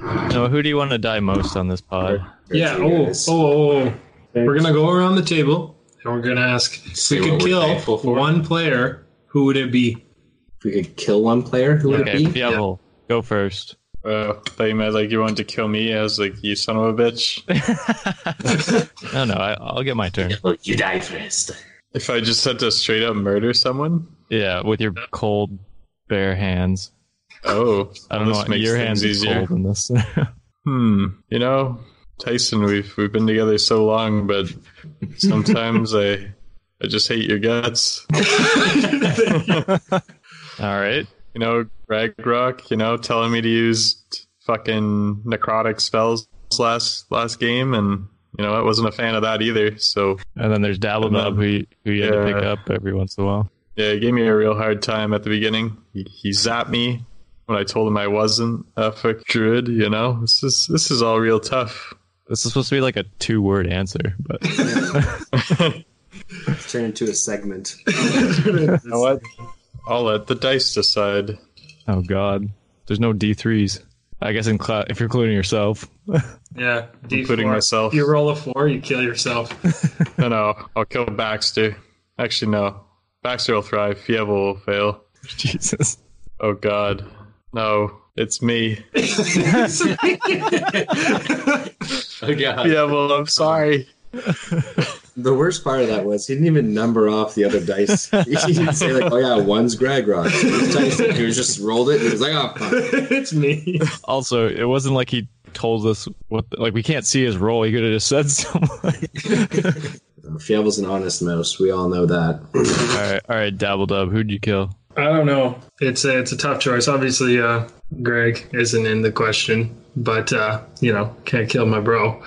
No, who do you want to die most on this pod? Yeah. Oh, oh, oh, oh. We're gonna go around the table and we're gonna ask if See we could what we're kill thankful for. one player. Who would it be? If we could kill one player, who would Okay, it be? Fievel, go first. Uh, thought you meant like you wanted to kill me. I was like, you son of a bitch. No, no, I, I'll get my turn. Well, you die first. If I just had to straight up murder someone, Yeah, with your cold, bare hands. oh, I don't this know. makes Your things hands are easier. cold in this. Hmm. You know, Tyson, we've we've been together so long, but sometimes I I just hate your guts. All right. You know, Ragnarok. You know, telling me to use t- fucking necrotic spells last last game, and you know I wasn't a fan of that either. So And then there's Dabblenub, And then- who, you- who you had to pick Yeah. up every once in a while. yeah, he gave me a real hard time at the beginning. He, he zapped me when I told him I wasn't a fuck druid. You know, this is this is all real tough. This is supposed to be like a two word answer, but Turn into a segment. You know what? I'll let the dice decide. oh god. There's no D3s. I guess in cla if you're including yourself. Yeah, D4. Including myself. You roll a four, you kill yourself. No, no, I'll kill Baxter. Actually, no. Baxter will thrive. Fievel will fail. Jesus. Oh God, no! It's me, Oh, God. Fievel. I'm sorry. The worst part of that was he didn't even number off the other dice. He didn't say like, "Oh yeah, one's Greg Rock." One's Tyson. He was just rolled it. And he was like, "Oh fuck." it's me. Also, it wasn't like he told us what, like, we can't see his role. He could have just said someone. Fievel's an honest mouse. We all know that. all right, all right, Dabbledub, who'd you kill? I don't know. It's a it's a tough choice. Obviously, uh, Greg isn't in the question, but uh, you know, can't kill my bro.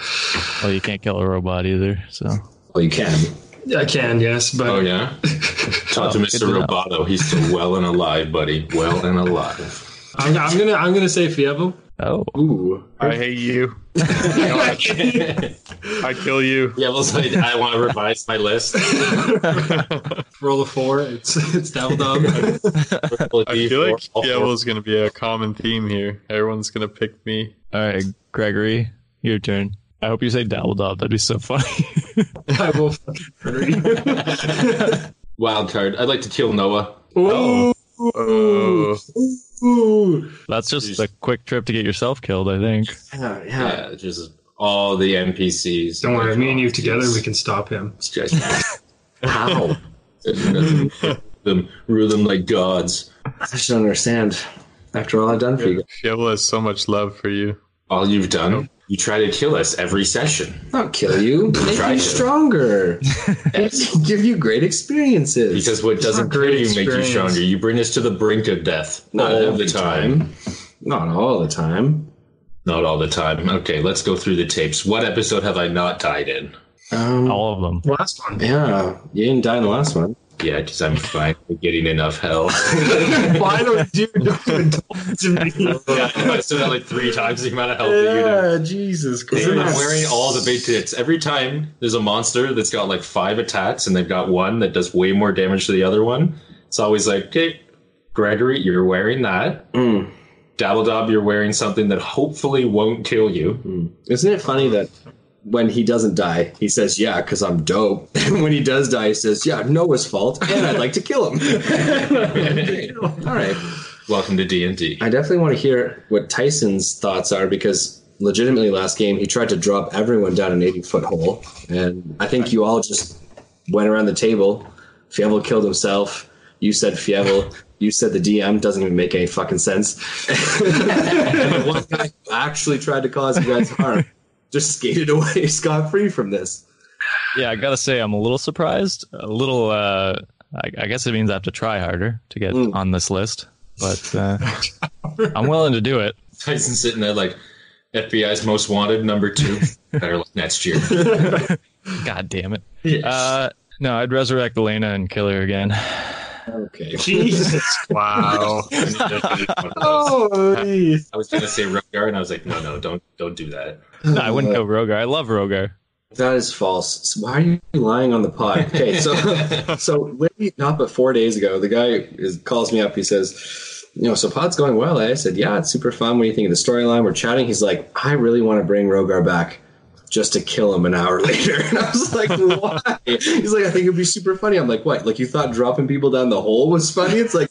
Well, you can't kill a robot either, so. well, you can. I can, yes, but Oh, yeah? Talk to Oh, good Mr. to know. Roboto. He's still well and alive, buddy. Well and alive. I'm, I'm gonna I'm gonna say Fievel. Oh. Ooh, I hate you. I kill you. Yeah, well, so I want to revise my list. Roll a four. It's it's Devil Dub. I feel like Fievel's gonna be a common theme here. Everyone's gonna pick me. All right, Gregory, your turn. I hope you say Dabbledub. That'd be so funny. I will fucking murder you. Wild card. I'd like to kill Noah. Ooh, Oh, ooh. That's just a quick trip to get yourself killed, I think. yeah, Oh, yeah. Yeah, just all the NPCs. Don't worry, me and you together, we can stop him. It's just- How? them, rule them like gods. I just don't understand. After all I've done for you, Fievel has so much love for you. All you've done, you try to kill us every session I'll kill you. Make Try you to. stronger. Give you great experiences. because what doesn't not kill great you make you experience. stronger. You bring us to the brink of death not all every the time. time. Not all the time. Not all the time. Okay, let's go through the tapes. What episode have I not died in? Um, All of them. Last one. Yeah, you didn't die in the last one. Yeah, because I'm finally getting enough hell. Why don't you don't even talk to me? yeah, I still got like three times the amount of hell that you do. Yeah, Jesus Christ. They've been wearing all the big tits. Every time there's a monster that's got like five attacks and they've got one that does way more damage to the other one, it's always like, okay, Gregory, you're wearing that. Mm. Dabbledob, you're wearing something that hopefully won't kill you. Isn't it funny that when he doesn't die, he says, "Yeah, because I'm dope." And when he does die, he says, "Yeah, Noah's fault, and I'd like to kill him." all right, Welcome to D&D. I definitely want to hear what Tyson's thoughts are because legitimately last game he tried to drop everyone down an 80 foot hole, and I think you all just went around the table. Fievel killed himself. You said Fievel. You said the DM doesn't even make any fucking sense. And the one guy who actually tried to cause you guys harm just skated away scot free from this. Yeah, I gotta say, I'm a little surprised. A little, uh, I, I guess it means I have to try harder to get Mm. on this list, but uh, I'm willing to do it. Tyson's sitting there like, FBI's most wanted, number two. Better luck next year. God damn it. Uh, no, I'd resurrect Elena and kill her again. Okay. Jesus. wow. I was going to say Rogar, and I was like, no, no, don't, don't do that. No, I wouldn't kill Rogar. I love Rogar. That is false. So why are you lying on the pod? Okay, so so literally not but four days ago, the guy is, calls me up. He says, you know, so pod's going well. Eh? I said, yeah, it's super fun. What do you think of the storyline? We're chatting. He's like, I really want to bring Rogar back just to kill him an hour later. And I was like, why? He's like, I think it'd be super funny. I'm like, what? Like you thought dropping people down the hole was funny? It's like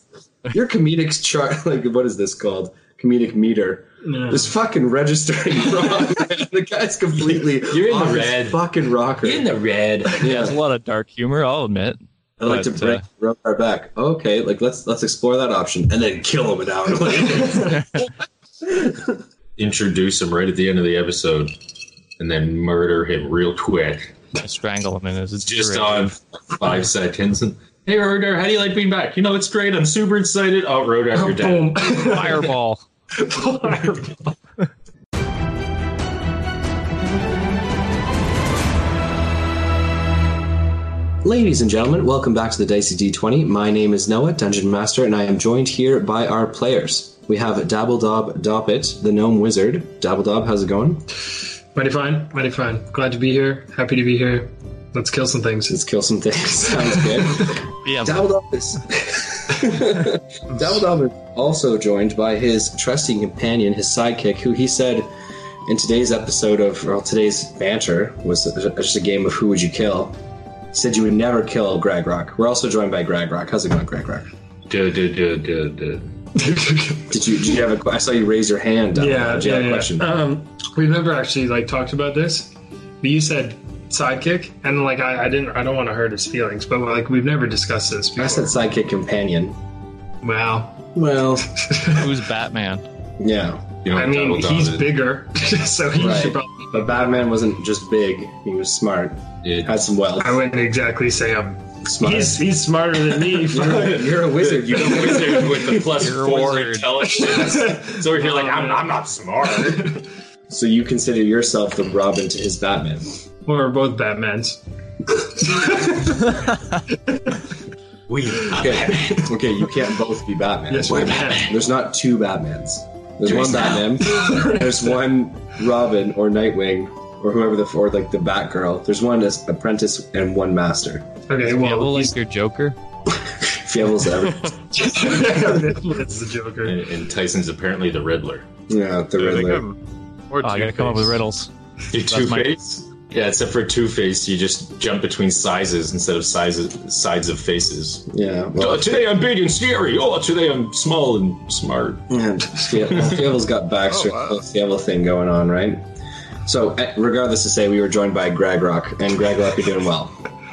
your comedic chart. Like what is this called? Comedic meter. Yeah. Is fucking registering wrong. man. the guy's completely You're in the off his red. Fucking rocker. the red. There's yeah, a lot of dark humor, I'll admit. I'd like to But, bring uh, Rogar back. Okay, like let's let's explore that option and then kill him an hour later. Introduce him right at the end of the episode, and then murder him real quick. I strangle him in his Just derivative. on five seconds. Hey, Rogar, how do you like being back? You know, it's great. I'm super excited. Oh, Rogar, you're dead. Boom. fireball. Ladies and gentlemen, welcome back to the Dicey D20. My name is Noah, Dungeon Master, and I am joined here by our players. We have Dabbledob Doppet, the Gnome Wizard. Dabbledob, how's it going? Mighty fine, mighty fine. Glad to be here. Happy to be here. Let's kill some things. Let's kill some things. Sounds good. Yeah, Dabbledob is. Dabbledob is also joined by his trusty companion, his sidekick, who he said in today's episode of, or today's banter, was just a game of who would you kill. He said you would never kill Greg Rock. We're also joined by Greg Rock. How's it going, Greg Rock? Duh, duh, duh, duh, duh. Did you did you have a que- I saw you raise your hand. Dom. yeah, did you yeah, have a yeah. question? Um, we've never actually like talked about this, but you said sidekick, and like I, I didn't, I don't want to hurt his feelings, but like we've never discussed this. Before. I said sidekick companion. wow. Well, who's Batman? yeah, You know, I mean, Donald he's Donald. bigger, so he Right. should probably. but Batman wasn't just big; he was smart, Yeah. had some wealth. I wouldn't exactly say I'm. smart. He's he's smarter than me. You're, you're a wizard. You You're a know. wizard with the plus You're a four wizard. intelligence. So if you're like, I'm, I'm not smart. So you consider yourself the Robin to his Batman. Or both Batmans. We Okay, okay, you can't both be Batman. Yes, we're Batman. There's not two Batmans. There's one Batman. There's one Robin or Nightwing or whoever the or like the Batgirl. There's one as apprentice and one master. Okay, Yeah, well, well, like your Joker. Fievel's ever it's the Joker. and, and Tyson's apparently the Riddler. yeah the I think Riddler. I'm- or Oh, I gotta come up with Two-Face. riddles. Two Face. Yeah, except for Two Face, you just jump between sizes instead of sizes sides of faces. Yeah, well, Oh, today I'm big and scary. Oh, today I'm small and smart. Man, Fie- well, Fievel's got Baxter, Oh, wow. the Fievel thing going on, right? So, eh, regardless to say, we were joined by Greg Rock, and Greg Rock, you're doing well.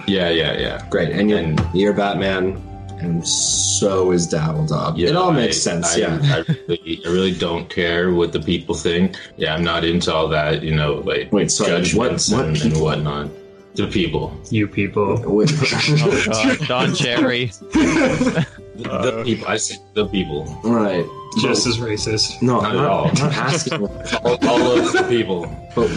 Yeah, yeah, yeah. Great. And you're, And- you're Batman, and so is Dabbledob. Yeah, it all I- makes sense, I- yeah. I really, I really don't care what the people think. Yeah, I'm not into all that. You know, like Wait, sorry, what, judgments what and, and people? whatnot. The people, You people. Wait, Oh, God. Don Cherry. the, Uh, people. I said the people. right. Just as racist. no, Not I'm at not, all. I'm not asking, but all, all of the people.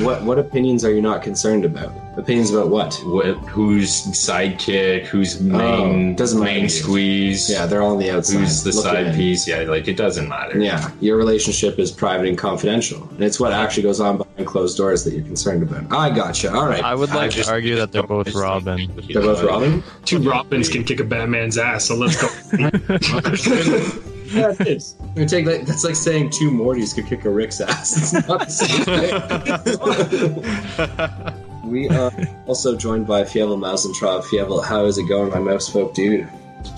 what, what opinions are you not concerned about? Opinions about what? What, who's sidekick? Who's main? Oh, doesn't matter to you. main squeeze? Yeah, they're all on the outside. who's the looking side in. piece? Yeah, like it doesn't matter. Yeah, your relationship is private and confidential, and it's what actually goes on behind closed doors that you're concerned about. I gotcha. All right, I would like I just- to argue that they're both It's like- Robin. they're both Robin. Two Robins can kick a Batman's ass, so let's go. yeah, it is. take like, that's like saying two Mortys could kick a Rick's ass. It's not the same thing. we are also joined by Fievel Mausentraub. Fievel, how is it going, my mouse folk dude?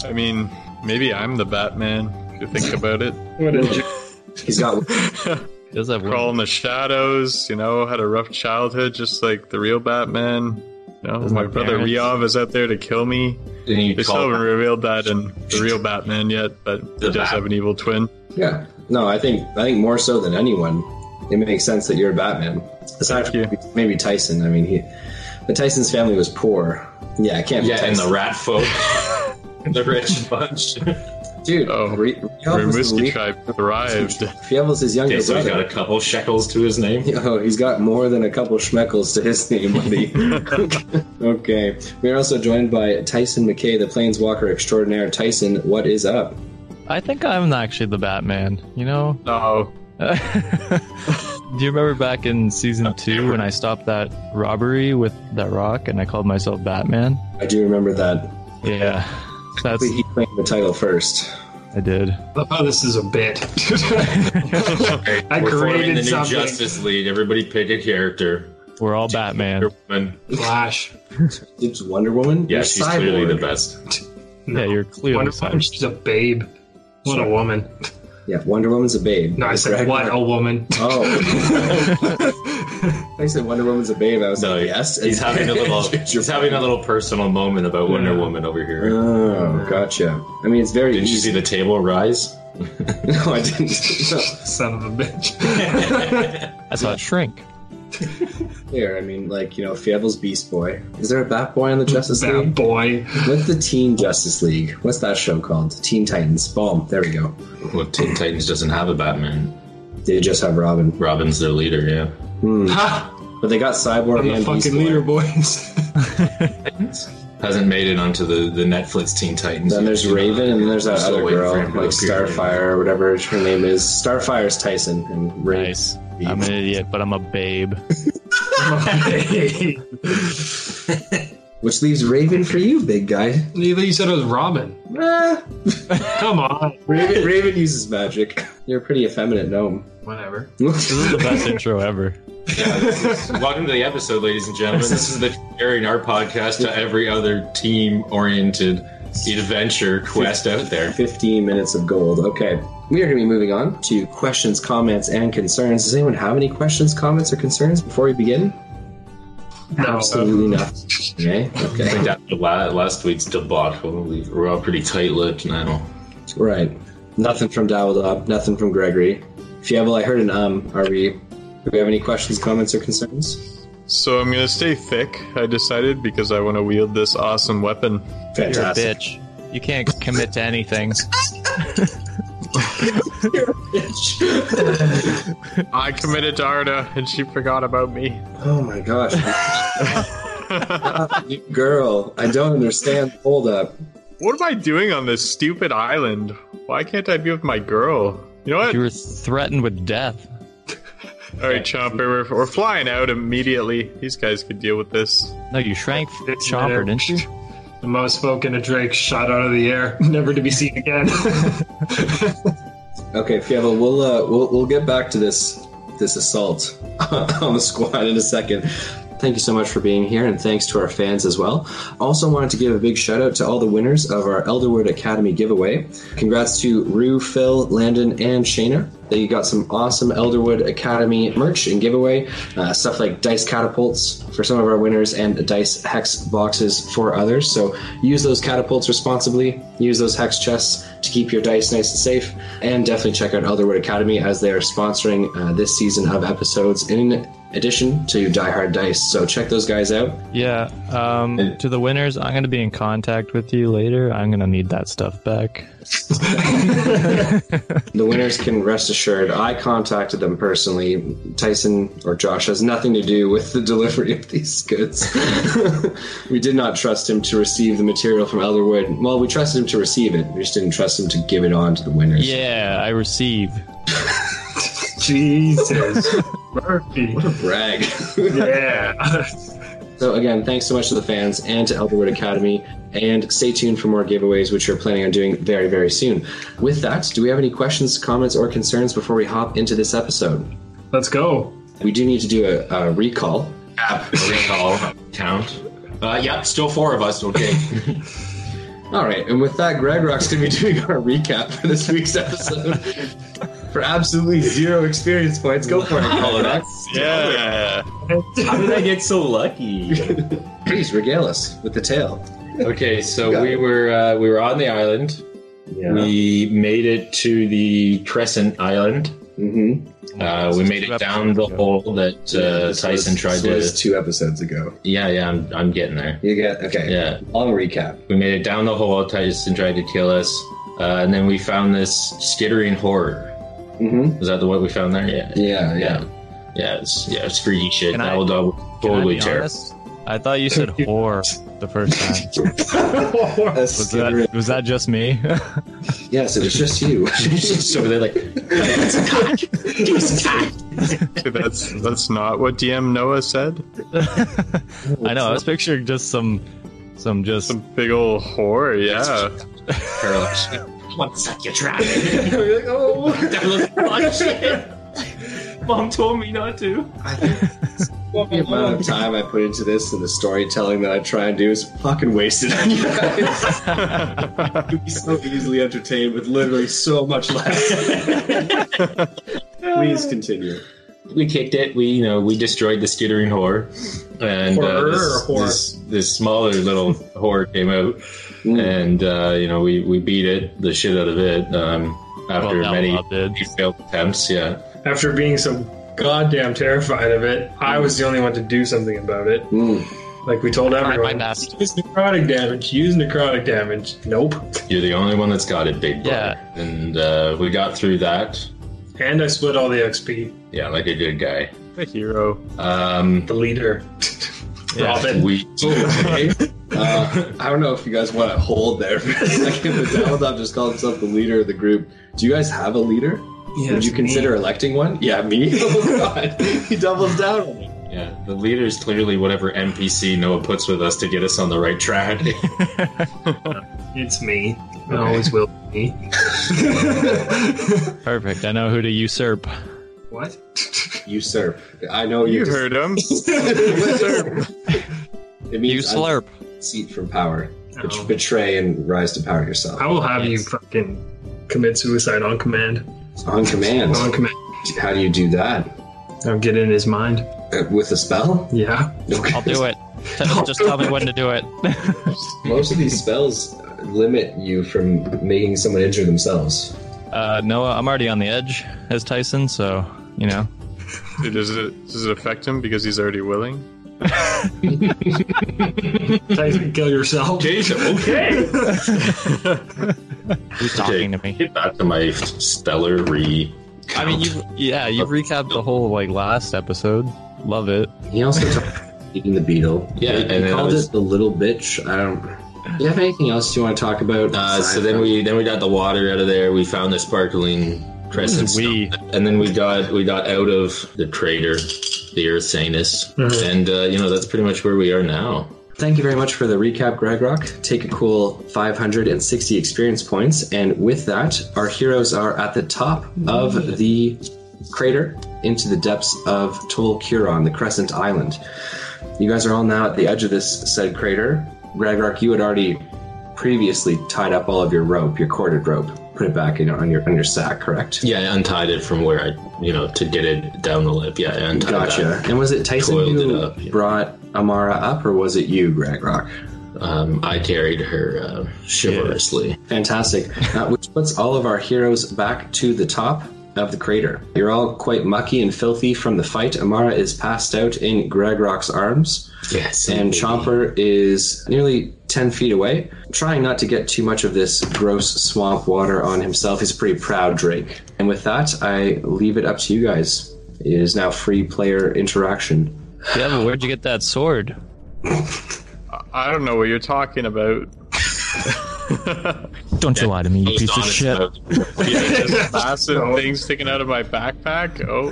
I mean, maybe I'm the Batman. If you think about it, what a joke. He's got He Does have crawl in the shadows. You know, had a rough childhood, just like the real Batman. You know, Those my are brother parents. Ryov is out there to kill me. And you They still call haven't revealed that in the real Batman yet, but he The does have an evil twin. yeah. No, I think I think more so than anyone, it makes sense that you're Batman. Aside from Thank maybe Tyson. I mean, he, but Tyson's family was poor. Yeah, I can't. be yeah, and Tyson. the rat folk, the rich bunch. Dude, Oh, Re- Fievel was the Ramuski lead- tribe thrived. Fievel's his younger Okay, so he's got brother. a couple shekels to his name. Yo, he's got more than a couple schmeckles to his name, buddy. okay. We are also joined by Tyson McKay, the Planeswalker extraordinaire. Tyson, what is up? I think I'm actually the Batman. You know, No, Do you remember back in season two when I stopped that robbery with that rock and I called myself Batman? I do remember that. Yeah, that's He claimed the title first. I did. love how Oh, this is a bit. I We're forming the created new something. Justice League. Everybody pick a character. We're all Batman. Wonder Woman. Flash. It's Wonder Woman. Yeah, You're she's clearly the Cyborg. best. No. Yeah, you're clearly Wonder Woman, Cyborg. she's a babe. What a woman. Yeah, Wonder Woman's a babe. No, I said, what Oh. a Ragnarok- woman. Oh. I said Wonder Woman's a babe. I was No, like, yes. yes. He's having a little. You're he's having a little personal moment about Wonder Woman over here. Oh, gotcha. I mean, it's very Didn't you see easy. the table rise? no, I didn't. No. Son of a bitch. I saw it shrink. Here, I mean, like, you know, Fievel's Beast Boy. Is there a Bat Boy on the Justice Bad League? boy. What's the Teen Justice League? What's that show called? Teen Titans. Boom. There we go. Well, Teen Titans doesn't have a Batman. They just have Robin. Robin's their leader. Yeah. Ha! But they got Cyborg I'm the and Beast fucking Boy. leader, boys. Hasn't made it onto the, the Netflix Teen Titans. Then there's yet, you know. Raven, and then there's that Still other waiting for girl, him to like appear. Starfire or whatever her name is. Starfire's Tyson, and Raven. Nice. I'm an idiot, but I'm a babe. Which leaves Raven for you, big guy. you said it was Robin. Ah, Come on. Raven, Raven uses magic. You're a pretty effeminate gnome. Whatever. This is the best intro ever. Yeah, this is- welcome to the episode, ladies and gentlemen. This is the airing our podcast to every other team oriented adventure quest out there. 15 minutes of gold. Okay. We are going to be moving on to questions, comments, and concerns. Does anyone have any questions, comments, or concerns before we begin? No. Absolutely not. Okay. I Okay. think after la- last week's debacle, we- we're all pretty tight lipped now. Right. Nothing from Dabbledob. Nothing from Gregory. Fievel, I heard an um. Are we? Do we have any questions, comments, or concerns? So I'm gonna stay thick. I decided because I want to wield this awesome weapon. You're a Fantastic. bitch. You can't commit to anything. I committed to Arda, and she forgot about me. oh my gosh. Girl, I don't understand. Hold up. What am I doing on this stupid island? Why can't I be with my girl? You know what? You were threatened with death. All right, Chomper, we're, we're flying out immediately. These guys could deal with this. No, you shrank It's Chomper, there. didn't you? The most spoken to Drake shot out of the air, never to be seen again. Okay, Fievel, we'll uh, we'll we'll get back to this this assault on the squad in a second. Thank you so much for being here, and thanks to our fans as well. Also, wanted to give a big shout out to all the winners of our Elderwood Academy giveaway. Congrats to Rue, Phil, Landon, and Shayna. They got some awesome Elderwood Academy merch and giveaway uh, stuff like dice catapults for some of our winners and dice hex boxes for others. So use those catapults responsibly. Use those hex chests to keep your dice nice and safe. And definitely check out Elderwood Academy as they are sponsoring uh, this season of episodes in addition to Die Hard Dice. So check those guys out. Yeah. Um, to the winners, I'm going to be in contact with you later. I'm going to need that stuff back. The winners can rest assured. I contacted them personally. Tyson or Josh has nothing to do with the delivery of these goods. we did not trust him to receive the material from Elderwood. Well, we trusted him to receive it. We just didn't trust him to give it on to the winners. Yeah, I receive. Jesus. Murphy. Brag. Yeah. so again, thanks so much to the fans and to Elderwood Academy. And stay tuned for more giveaways, which we're planning on doing very, very soon. With that, do we have any questions, comments, or concerns before we hop into this episode? Let's go. We do need to do a, a recall. App recall count. Uh, yeah, still four of us. Okay. All right, and with that, Greg Rock's going to be doing our recap for this week's episode. for absolutely zero experience points, go for it, Greg Rock. Yeah. How did I get so lucky? Please regale us with the tale. Okay, so we were uh, we were on the island. We made it to the Crescent Island. Mm-hmm. Uh, we made it down the hole that uh, Tyson tried to. two episodes ago. Yeah, yeah, I'm, I'm getting there. You get okay. Yeah, Long recap. we made it down the hole. Tyson tried to kill us, uh, and then we found this skittering horror. Mm-hmm. Is that the what we found there? Yeah, Yeah, yeah. yeah, yeah. It's, yeah, it's freaky shit. Can I- That was Can I totally be terrible. honest? I thought you said whore the first time. A Was skittering- that, was that just me? Yes, it was just you. so they're like, That's that's not what DM Noah said. I know. I was picturing just some, some just Some big old whore. Yeah. paralyzed. want to suck your trap. We're like, oh, Devil's punch Mom told me not to. I think the amount of time I put into this and the storytelling that I try and do is fucking wasted on you guys. You'd be so easily entertained with literally so much less. Please continue. We kicked it. We, you know, we destroyed the skittering whore, and uh, Horror this, or whore? this this smaller little whore came out, Mm. and uh, you know, we we beat it the shit out of it. Um, after Well, that many one I did. failed attempts, yeah. After being so goddamn terrified of it, I was the only one to do something about it. Mm. Like we told Try my everyone, best. use necrotic damage. Use necrotic damage. Nope. You're the only one that's got it, big brother. Yeah. And uh, we got through that. And I split all the XP. Yeah, like a good guy. The hero. Um, The leader. Robin. we Okay. Uh, I don't know if you guys want to hold there for a second, but Davidoff just called himself the leader of the group. Do you guys have a leader? Yeah, Would it's you consider electing one? Yeah, me. oh God, he doubles down on me. yeah, the leader is clearly whatever NPC Noah puts with us to get us on the right track. me. It's me. It always will be me. Perfect. I know who to usurp. What? Usurp. I know you. You just- heard him. Usurp. It You uh, means slurp. unseat from power, Bet- No. betray and rise to power yourself I will have you fucking commit suicide on command. on command. On command. How do you do that? I'll get in his mind. Uh, With a spell? Yeah. I'll do it. T- Just tell me when to do it. Most of these spells limit you from making someone injure themselves. Uh, Noah, I'm already on the edge as Tyson, so you know. Does it does it affect him because he's already willing? Tyson, kill yourself. okay. Who's talking to me? Get back to my stellar re. I mean, you. Yeah, you recapped the whole like last episode. Love it. He also talked about eating the beetle. Yeah, he, and he then I called was- it the little bitch. I don't. Do you have anything else you want to talk about? Uh, so aside then from- we then we got the water out of there. We found the sparkling crescent This is we. stone. and then we got we got out of the crater, the Earth Sanus, and uh, you know that's pretty much where we are now. Thank you very much for the recap, Greg Rock. Take a cool 560 experience points, and with that, our heroes are at the top of the crater into the depths of Tol Curon, the Crescent Island. You guys are all now at the edge of this said crater. Greg Rock, you had already previously tied up all of your rope, your corded rope, put it back in on your on your sack, correct? Yeah, I untied it from where I, you know, to get it down the lip. Yeah, I untied Gotcha. And was it Tyson Coiled who it up, yeah. brought Amara up, or was it you, Greg Rock? that. Um, I carried her uh, chivalrously. Fantastic. Uh, which puts all of our heroes back to the top of the crater. You're all quite mucky and filthy from the fight. Amara is passed out in Greg Rock's arms, Yes, and Chomper is nearly 10 feet away, trying not to get too much of this gross swamp water on himself. He's a pretty proud Drake. And with that, I leave it up to you guys. It is now free player interaction. Yeah, but where'd you get that sword? I don't know what you're talking about. Don't you lie to me, you Most piece of honest shit. about- Massive things sticking out of my backpack. Oh.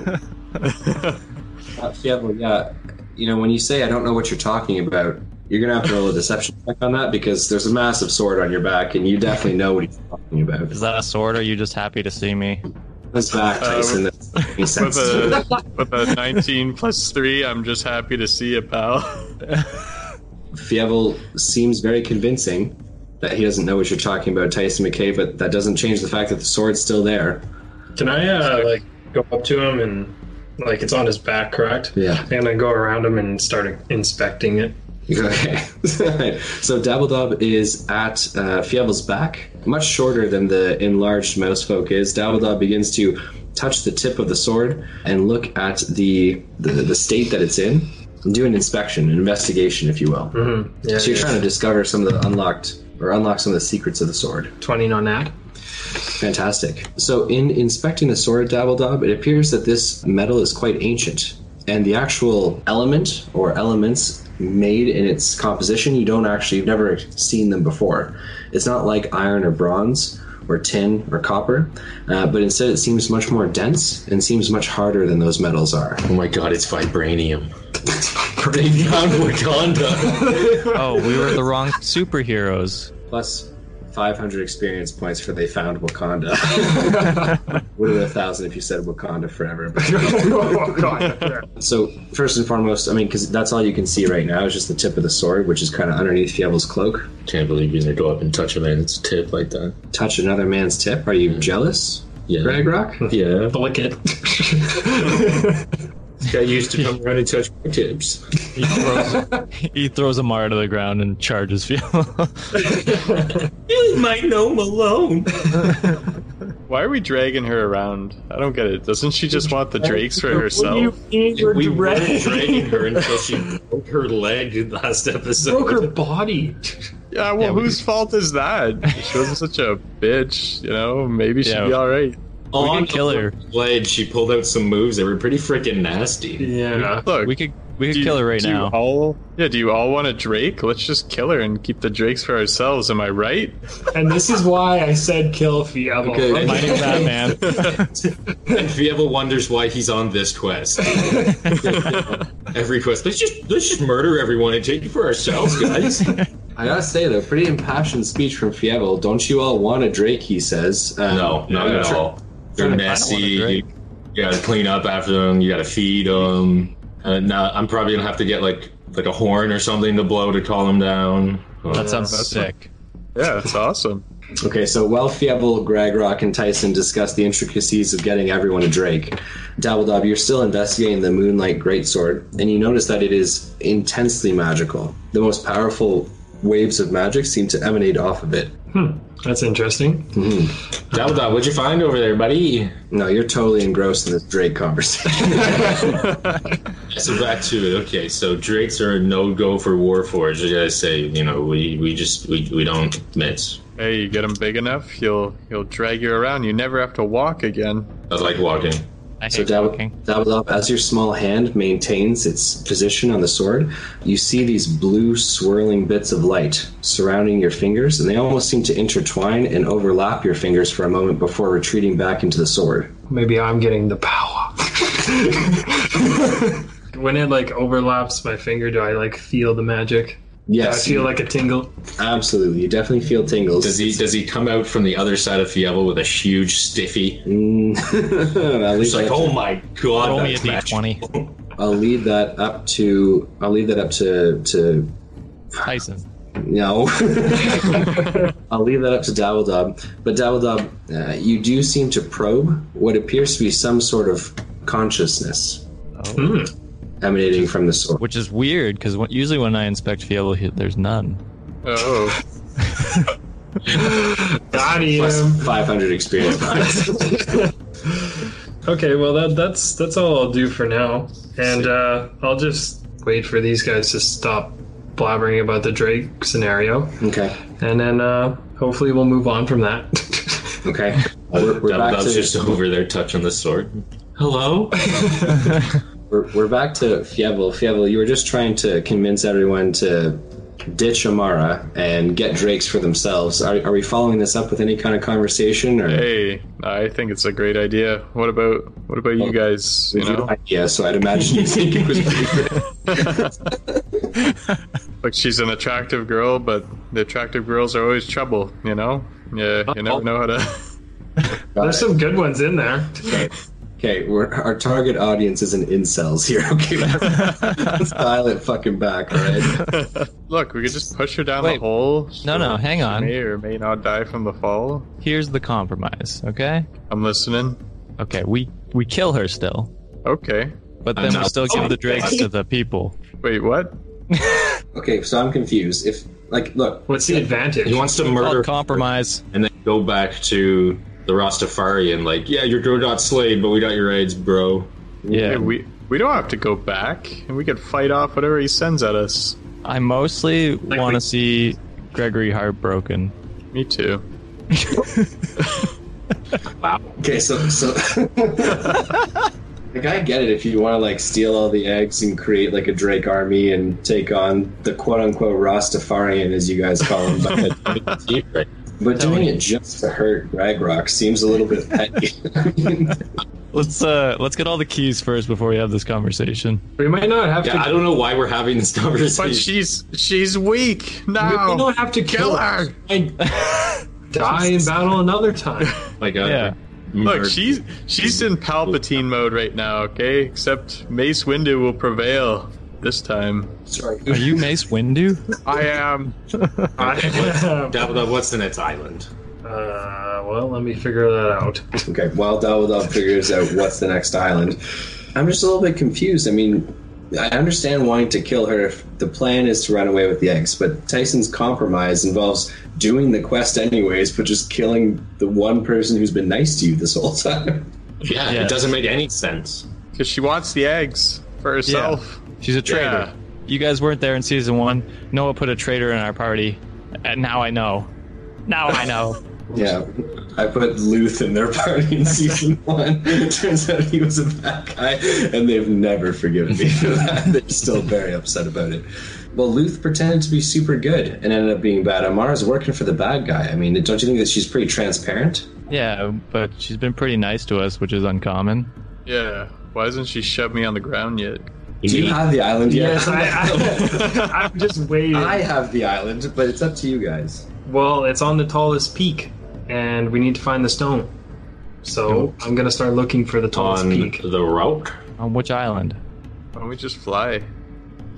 Uh, Fievel, yeah, you know, when you say I don't know what you're talking about, you're gonna have to roll a deception check on that because there's a massive sword on your back, and you definitely know what he's talking about. Is that a sword? Or are you just happy to see me? His back, Tyson. that doesn't make any Uh, With sense. a with a 19 plus three, I'm just happy to see you, pal. Fievel seems very convincing that he doesn't know what you're talking about, Tyson McKay, but that doesn't change the fact that the sword's still there. Can I, uh, like, go up to him and, like, it's on his back, correct? Yeah. And I go around him and start inspecting it. Okay. Alright. so Dabbledob is at uh, Fievel's back, much shorter than the enlarged mousefolk is. Dabbledob begins to touch the tip of the sword and look at the the, the state that it's in. Do an inspection, an investigation, if you will. Yeah, So you're yeah. trying to discover some of the unlocked or unlock some of the secrets of the sword. 20 on that. Fantastic. So, in inspecting the sword Dabbledob, it appears that this metal is quite ancient, and the actual element or elements made in its composition, you don't actually, you've never seen them before. It's not like iron or bronze or tin or copper, uh, but instead it seems much more dense and seems much harder than those metals are. oh my god, it's vibranium. they found Wakanda. Oh, we were the wrong superheroes. Plus 500 experience points for they found Wakanda. Would have been a thousand if you said Wakanda forever. But oh, God. Yeah. so first and foremost, I mean, because that's all you can see right now is just the tip of the sword, which is kind of underneath Fievel's cloak. Can't believe you're gonna go up and touch a man's tip like that. Touch another man's tip. Are you jealous, Yeah. Ragrock? Yeah. Blick it. I used to come around and touch my tips. He throws, he throws Amara to the ground and charges Fiona. You might know Malone. Why are we dragging her around? I don't get it. Doesn't she just want the drakes for herself? We were dragging her until she broke her leg in last Broke her episode. body. Yeah, well, Yeah, we- whose fault is that? She wasn't such a bitch, you know? Maybe she'd Yeah. be alright. We On could kill her. Blade, she pulled out some moves that were pretty freaking nasty. Yeah. Look, We could we do could you- kill her right do you now. all, yeah, do you all want a drake? Let's just kill her and keep the drakes for ourselves. Am I right? And this is why I said kill Fievel. Okay. Like, Mighty Batman. And Fievel wonders why he's on this quest. Every quest. Let's just let's just murder everyone and take it for ourselves, guys. I gotta say though, pretty impassioned speech from Fievel. Don't you all want a Drake? He says. Um, No, not Yeah. at all. They're Trying to- I don't messy. want a drink. You, you gotta clean up after them. You gotta feed them. Uh, now I'm probably gonna have to get like like a horn or something to blow to calm them down. Uh, That sounds that's- sick. Yeah, that's awesome. Okay, so while Fievel, Gragrock, and Tyson discuss the intricacies of getting everyone a Drake, Dabbledob, you're still investigating the Moonlight Greatsword, and you notice that it is intensely magical. The most powerful waves of magic seem to emanate off of it. That's interesting. Dabble Dab, what'd you find over there, buddy? No, you're totally engrossed in this Drake conversation. Yeah, So back to it. Okay, so Drakes are a no go for Warforged. I gotta say, you know, we, we just we, we don't miss. Hey, you get him big enough, he'll he'll drag you around. You never have to walk again. I like walking. I hate so Dab- talking. Dabbledob, as your small hand maintains its position on the sword, you see these blue swirling bits of light surrounding your fingers, and they almost seem to intertwine and overlap your fingers for a moment before retreating back into the sword. Maybe I'm getting the power. when it like overlaps my finger, do I like feel the magic? Do I Yes, feel like a tingle? absolutely. You definitely feel tingles. Does he does he come out from the other side of Fievel with a huge stiffy? Mm. I'll, leave It's like, that, oh my god, Roll me a that's D magical. twenty. I'll leave that up to. I'll leave that up to to Tyson. no. I'll leave that up to Dabbledub. But Dabbledub, uh, you do seem to probe what appears to be some sort of consciousness Hmm. emanating from the sword. Which is weird because usually when I inspect Fievel, he- there's none. Oh, Got him. Plus 500 experience points. Okay, well that that's that's all I'll do for now, and uh, I'll just wait for these guys to stop blabbering about the Drake scenario, okay. and then uh, hopefully we'll move on from that. Uh, Okay. We're, we're Dabble back Dab's to just over there touching the sword. Hello? We're, we're back to Fievel. Fievel, you were just trying to convince everyone to ditch Amara and get Drakes for themselves. Are, are we following this up with any kind of conversation? Or hey, I think it's a great idea. What about what about you guys? You you know, yeah, so I'd imagine you think it was pretty good. like she's an attractive girl, but the attractive girls are always trouble. You know, yeah, you never know how to. There's some good ones in there. Okay, we're, our target audience isn't incels here. Okay, let's dial it fucking back. All right. Look, we could just push her down Wait. the hole. No, no, She hang on. May or may not die from the fall. Here's the compromise. Okay. I'm listening. Okay. We we kill her still, Okay. but then we not- still give the drakes to the people. Wait, what? Okay, so I'm confused. If like, look, What's the advantage? He wants to murder Called compromise. and then go back to the Rastafari and like, yeah, you're not slayed, but we got your AIDS, bro. Hey, Yeah. we we don't have to go back, and we could fight off whatever he sends at us. I mostly want we- to see Gregory heartbroken. Me too. Okay, so so like I get it if you want to like steal all the eggs and create like a Drake army and take on the quote unquote Rastafarian as you guys call him, but but doing it just to hurt Ragrock seems a little bit petty. Let's uh let's get all the keys first before we have this conversation. we might not have Yeah, I to. don't know why we're having this conversation. But she's she's weak We, we now. don't have to kill, Kill her. I- die in battle another time. Like a Yeah. Look, she's she's in Palpatine mode right now, okay? Except Mace Windu will prevail this time. Sorry. Are you Mace Windu? I am. uh, Dabbledup, what's in its island? well, let me figure that out. Okay, while Dawodoff figures out what's the next island, I'm just a little bit confused. I mean, I understand wanting to kill her if the plan is to run away with the eggs, but Tyson's compromise involves doing the quest anyways, but just killing the one person who's been nice to you this whole time. Yeah, Yeah. it doesn't make any sense. Because she wants the eggs for herself. She's a traitor. Yeah. You guys weren't there in season one. Noah put a traitor in our party, and now I know. Now I know. Yeah, I put Luth in their party in season one. It turns out he was a bad guy, and they've never forgiven me for that. They're still very upset about it. Well, Luth pretended to be super good and ended up being bad. Amara's working for the bad guy. I mean, don't you think that she's pretty transparent? yeah, but she's been pretty nice to us, which is uncommon. Yeah. Why hasn't she shoved me on the ground yet? Do you have the island yet? Yes, I, I, I'm just waiting. I have the island, but it's up to you guys. Well, it's on the tallest peak, and we need to find the stone. So I'm gonna start looking for the tallest On peak. the route? On Um, which island? Why don't we just fly?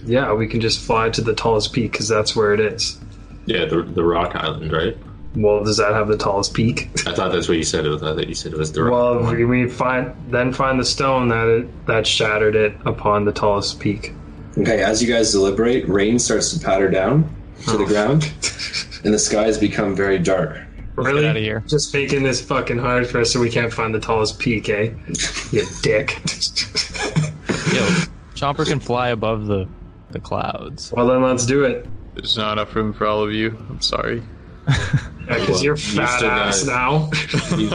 Yeah, we can just fly to the tallest peak because that's where it is. Yeah, the, the rock island, right? Well, does that have the tallest peak? I thought that's what you said. It was, I thought you said it was the rock. Well, one. we, we find then find the stone that it, that shattered it upon the tallest peak. Okay, as you guys deliberate, rain starts to patter down to the ground, and the sky has become very dark. Really? outta here. Just making this fucking hard for us so we can't find the tallest peak, eh? You dick. Yo, Chomper can fly above the the clouds. well, then let's do it. There's not enough room for all of you. I'm sorry. Because Well, Uh, you're you fat still ass got- now. You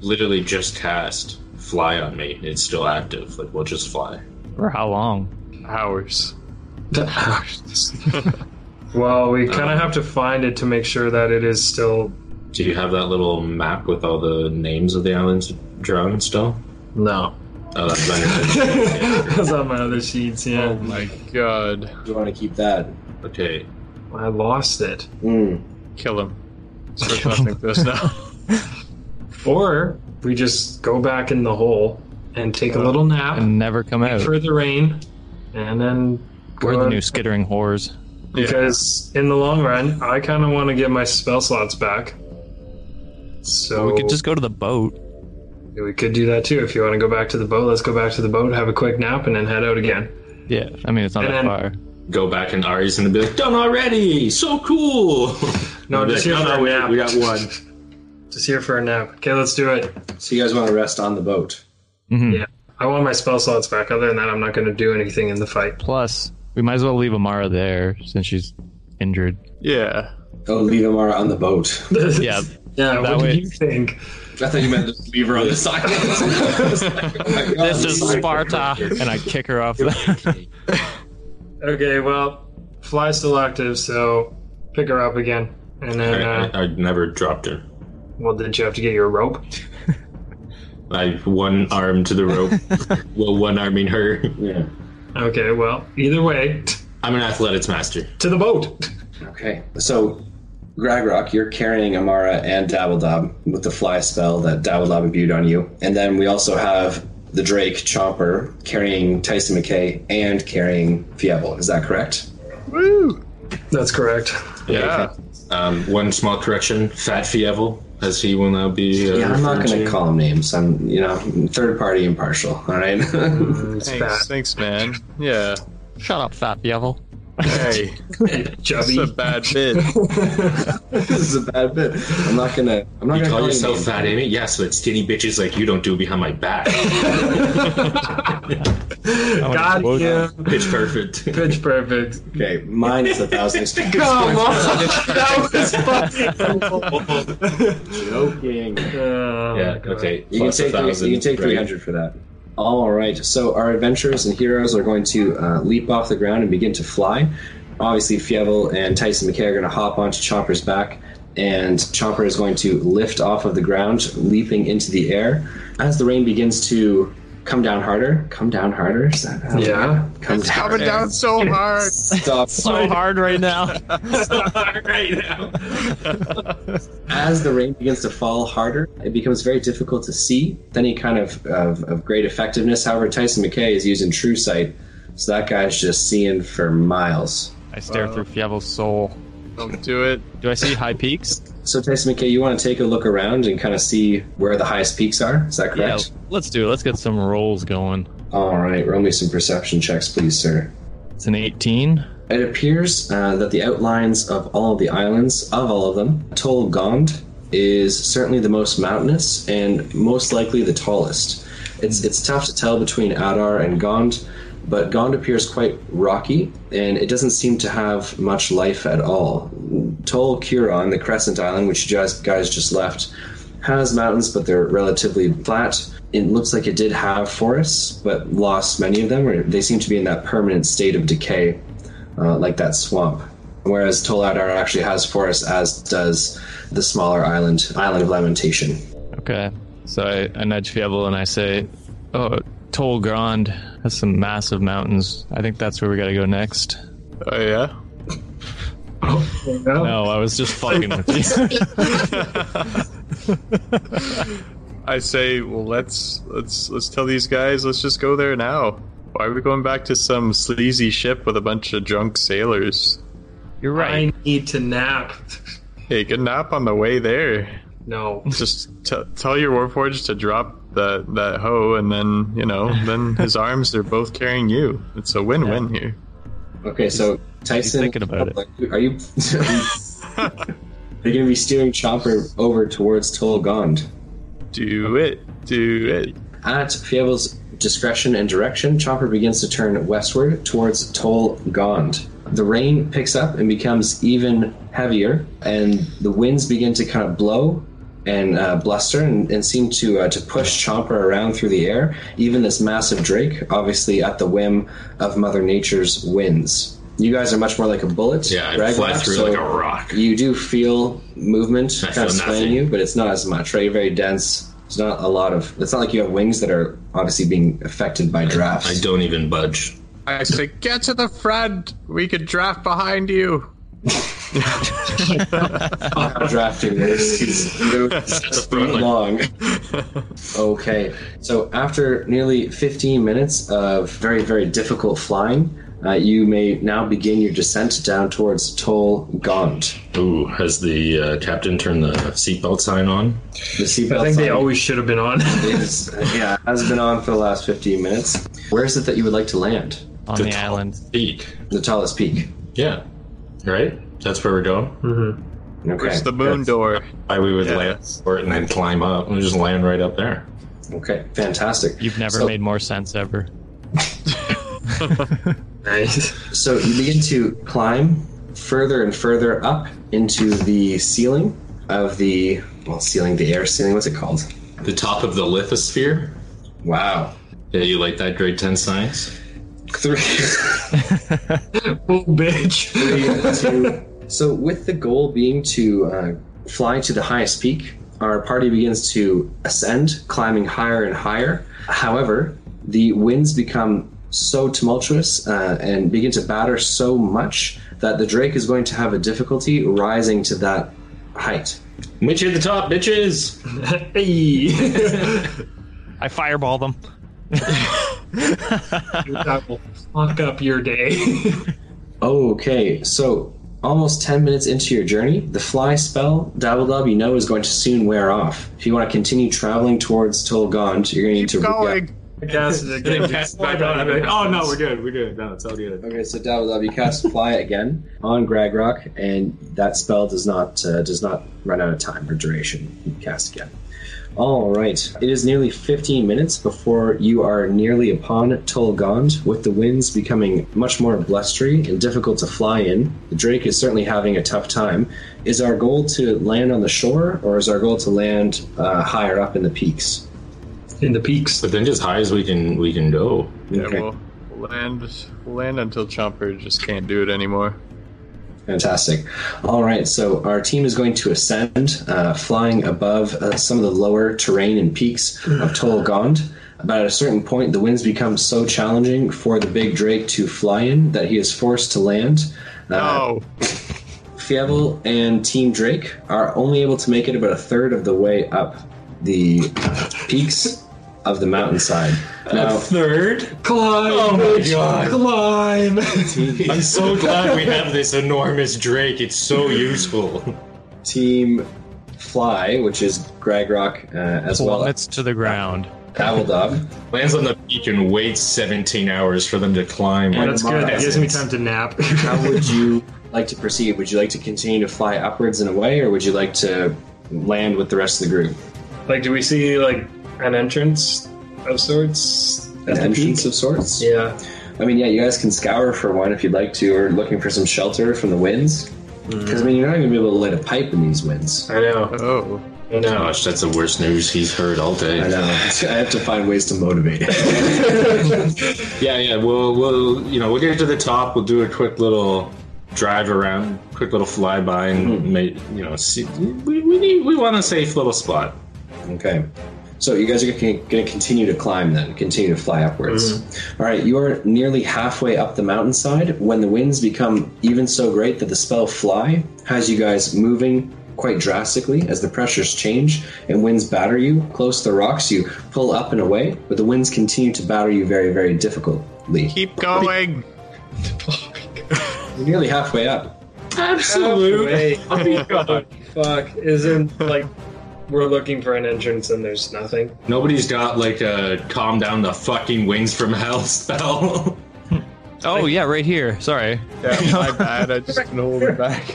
literally just cast fly on me. It's still active. Like we'll just fly. For how long? Hours. well, we Uh, kind of have to find it to make sure that it is still. Do you have that little map with all the names of the islands drawn still? No. Oh, that's not your- That's on my other sheets, Oh yeah. my god. Do you want to keep that? okay. Oh. I lost it. Mm. Kill him. It's worth nothing to us now. Or we just go back in the hole and take a little nap. Uh, And never come out. for the rain, and then We're go the out- new skittering whores. because in the long run, I kind of want to get my spell slots back. So We could just go to the boat. we could do that too. If you want to go back to the boat, let's go back to the boat, have a quick nap, and then head out again. Yeah, I mean it's not And that then- far. Go back and Ari's gonna be like, done already. So cool. No, I'll be just like, here for a we, nap. we got one. Just here for a nap. Okay, let's do it. So you guys want to rest on the boat? Mm-hmm. Yeah, I want my spell slots back. Other than that, I'm not going to do anything in the fight. Plus, we might as well leave Amara there since she's injured. yeah. Oh, leave Amara on the boat. Yeah, yeah. What that do way- you think? I thought you meant just leave her on the side. I was like, oh my God, this is I'm sorry. Sparta, and I kick her off. The- Okay, well, fly's still active, so pick her up again, and I, then uh, I, I never dropped her. well, did you have to get your rope? I one arm to the rope. well, one arming her. Yeah. Okay, well, either way, I'm an athletics master. to the boat. Okay. So, Gragrock, you're carrying Amara and Dabbledob with the fly spell that Dabbledob imbued on you. And then we also have the Drake Chomper carrying Tyson McKay and carrying Fievel. Is that correct? Woo! That's correct. Yeah. Um, one small correction: Fat Fievel, as he will now be. Uh, Yeah, I'm not referred going to call him names. I'm, you know, third party impartial. All right. Mm-hmm. It's Thanks. Thanks, man. Yeah. Shut up, fat devil. Hey. bad. That's Chubby. a bad bid. this is a bad bit. I'm not going to. I'm not going You to call call yourself you fat, Amy? Yeah, so that skinny bitches like you don't do behind my back. Got Whoa. him. Pitch perfect. Oh Pitch perfect. Okay, minus a thousand experience Come points. on. that was fucking Oh Joking. cool. yeah, okay. You can plus a take thousand, you can take right? three hundred for that. All right. So our adventurers and heroes are going to uh, leap off the ground and begin to fly. Obviously, Fievel and Tyson McKay are going to hop onto Chomper's back, and Chomper is going to lift off of the ground, leaping into the air. As the rain begins to Come down harder. Come down harder. Is that how- Yeah. Come It's coming harder. down so hard. Stop. so hard right now. right now. As the rain begins to fall harder, it becomes very difficult to see. Any kind of, of, of great effectiveness. However, Tyson McKay is using True Sight, so that guy's just seeing for miles. I stare through Fievel's soul. Don't do it. Do I see high peaks? So, Tyson McKay, you want to take a look around and kind of see where the highest peaks are? Is that Yeah, correct? let's do it. Let's get some rolls going. All right, roll me some perception checks, please, sir. It's an 18. It appears uh, that the outlines of all of the islands, of all of them, Tol Gond is certainly the most mountainous and most likely the tallest. It's, it's tough to tell between Adar and Gond, but Gond appears quite rocky and it doesn't seem to have much life at all. Tol Curon, the Crescent Island, which you guys, guys just left, has mountains, but they're relatively flat. It looks like it did have forests, but lost many of them, or they seem to be in that permanent state of decay uh, like that swamp. Whereas Toladar actually has forests, as does the smaller island, Island of Lamentation. Okay. So I, I nudge Fievel and I say, Oh, Tol Grand has some massive mountains. I think that's where we gotta go next. Oh yeah. No, I was just fucking with you. I say, well, let's let's let's tell these guys, let's just go there now. Why are we going back to some sleazy ship with a bunch of drunk sailors? You're I need to nap. Hey, good nap on the way there. No. Just t- tell your warforged to drop that that hoe, and then you know, then his arms are both carrying you. It's a win-win here. Okay, so Tyson, thinking about it. Are you? are you going to be steering Chopper over towards Tolgond? Do it, do it. At Fievel's discretion and direction, Chopper begins to turn westward towards Tol Gond. The rain picks up and becomes even heavier, and the winds begin to kind of blow and uh, bluster and, and seem to uh, to push Chomper around through the air. Even this massive drake, obviously at the whim of Mother Nature's winds. You guys are much more like a bullet. Yeah, I Ragnarok, fly through so like a rock. You do feel movement I kind of feel swaying nothing. you, but it's not as much, right? You're very dense. It's not a lot of. It's not like you have wings that are obviously being affected by drafts. I don't even budge. I say, get to the front. We could draft behind you. I'm drafting this. He's literally throw, like- long. okay, so after nearly 15 minutes of very, very difficult flying, uh, you may now begin your descent down towards Tol Gond. Ooh, has the uh, captain turned the seatbelt sign on? The seatbelt I think they sign always should have been on. is, yeah, has been on for the last 15 minutes. Where is it that you would like to land? on The the top. island. Peak. The tallest peak. Yeah. Right? That's where we're going. Okay. It's the moon Good. door. Why we would Yeah. land for it and then climb up. We just land right up there. Okay, fantastic. You've never So- made more sense ever. nice. So you begin to climb further and further up into the ceiling of the well, ceiling, the air ceiling. What's it called? The top of the lithosphere. Wow, Yeah, you like that grade 10 science? three. Oh, bitch. two. So with the goal being to uh, fly to the highest peak, our party begins to ascend, climbing higher and higher. However, the winds become so tumultuous uh, and begin to batter so much that the drake is going to have a difficulty rising to that height. Mitch hit the top, bitches! Hey. I fireball them. that will fuck up your day. Okay, so almost 10 minutes into your journey, the fly spell, Dabble Dub, you know, is going to soon wear off. If you want to continue traveling towards Tolgond, you're going to need to. Keep going. Cast it again. oh, no, we're good. We're good. No, it's all good. Okay, so Dabble Dub, you cast Fly again on Gragrock, and that spell does not uh, does not run out of time or duration. You cast again. All right. It is nearly 15 minutes before you are nearly upon Tolgond, with the winds becoming much more blustery and difficult to fly in. The Drake is certainly having a tough time. Is our goal to land on the shore, or is our goal to land uh, higher up in the peaks? In the peaks. But then just high as we can we can go. Yeah, Okay. we'll, we'll land. We'll land until Chomper just can't do it anymore. Fantastic. All right, so our team is going to ascend, uh, flying above uh, some of the lower terrain and peaks of Tol Gond. But at a certain point, the winds become so challenging for the big drake to fly in that he is forced to land. Uh, Oh, Fievel and Team Drake are only able to make it about a third of the way up the uh, peaks of the mountainside. Now, Third? Climb! Oh my bitch, God. Climb! I'm so glad we have this enormous Drake. It's so useful. Team Fly, which is Gragrock uh, as well as plummets to the ground. Dabbledob, Lands on the peak and waits 17 hours for them to climb. Yeah, That's good. That gives me time to nap. how would you like to proceed? Would you like to continue to fly upwards and away, or would you like to land with the rest of the group? like, do we see, like, an entrance of sorts? An entrance of sorts? Yeah. I mean, yeah, you guys can scour for one if you'd like to, or looking for some shelter from the winds. Because, I mean, you're not going to be able to light a pipe in these winds. I know. oh, I know. Gosh, that's the worst news he's heard all I day. know. I have to find ways to motivate it. Yeah, yeah. We'll, we'll, you know, we'll get to the top. We'll do a quick little drive around, quick little flyby, and make, you know, see, we, we need, we want a safe little spot. Okay. So you guys are going to continue to climb then, continue to fly upwards. All right, you are nearly halfway up the mountainside when the winds become even so great that the spell fly has you guys moving quite drastically as the pressures change and winds batter you close to the rocks you pull up and away but the winds continue to batter you very very difficultly keep going. you're nearly halfway up Absolutely. Oh Fuck. Isn't, like, we're looking for an entrance and there's nothing? Nobody's got like a calm down the fucking wings from hell spell. Oh yeah, right here. Sorry. Yeah, my bad. I just couldn't hold it back.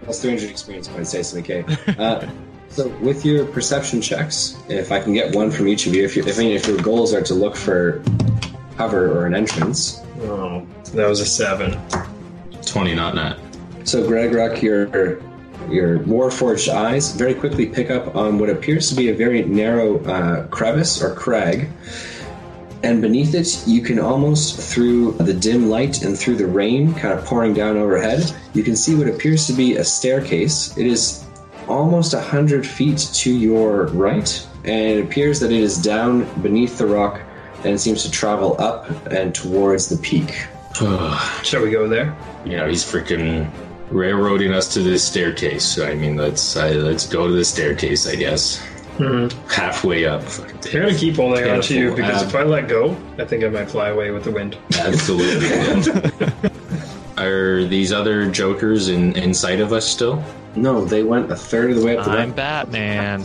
That's 300 experience points, Tyson McKay. Uh, so, with your perception checks, if I can get one from each of you, if, you, if, any, if your goals are to look for cover or an entrance. Oh, that was a seven. 20, not net. So, Greg Ruck, your, your warforged eyes very quickly pick up on what appears to be a very narrow uh, crevice or crag. And beneath it, you can almost, through the dim light and through the rain kind of pouring down overhead, you can see what appears to be a staircase. It is almost 100 feet to your right, and it appears that it is down beneath the rock and it seems to travel up and towards the peak. Shall we go there? you know, he's freaking railroading us to this staircase. I mean, let's I, let's go to the staircase, I guess. Halfway up. You're gonna keep holding on to you Careful, because Ab. if I let go, I think I might fly away with the wind. Absolutely. Are these other jokers in inside of us still? No, they went a third of the way up the I'm ramp. Batman.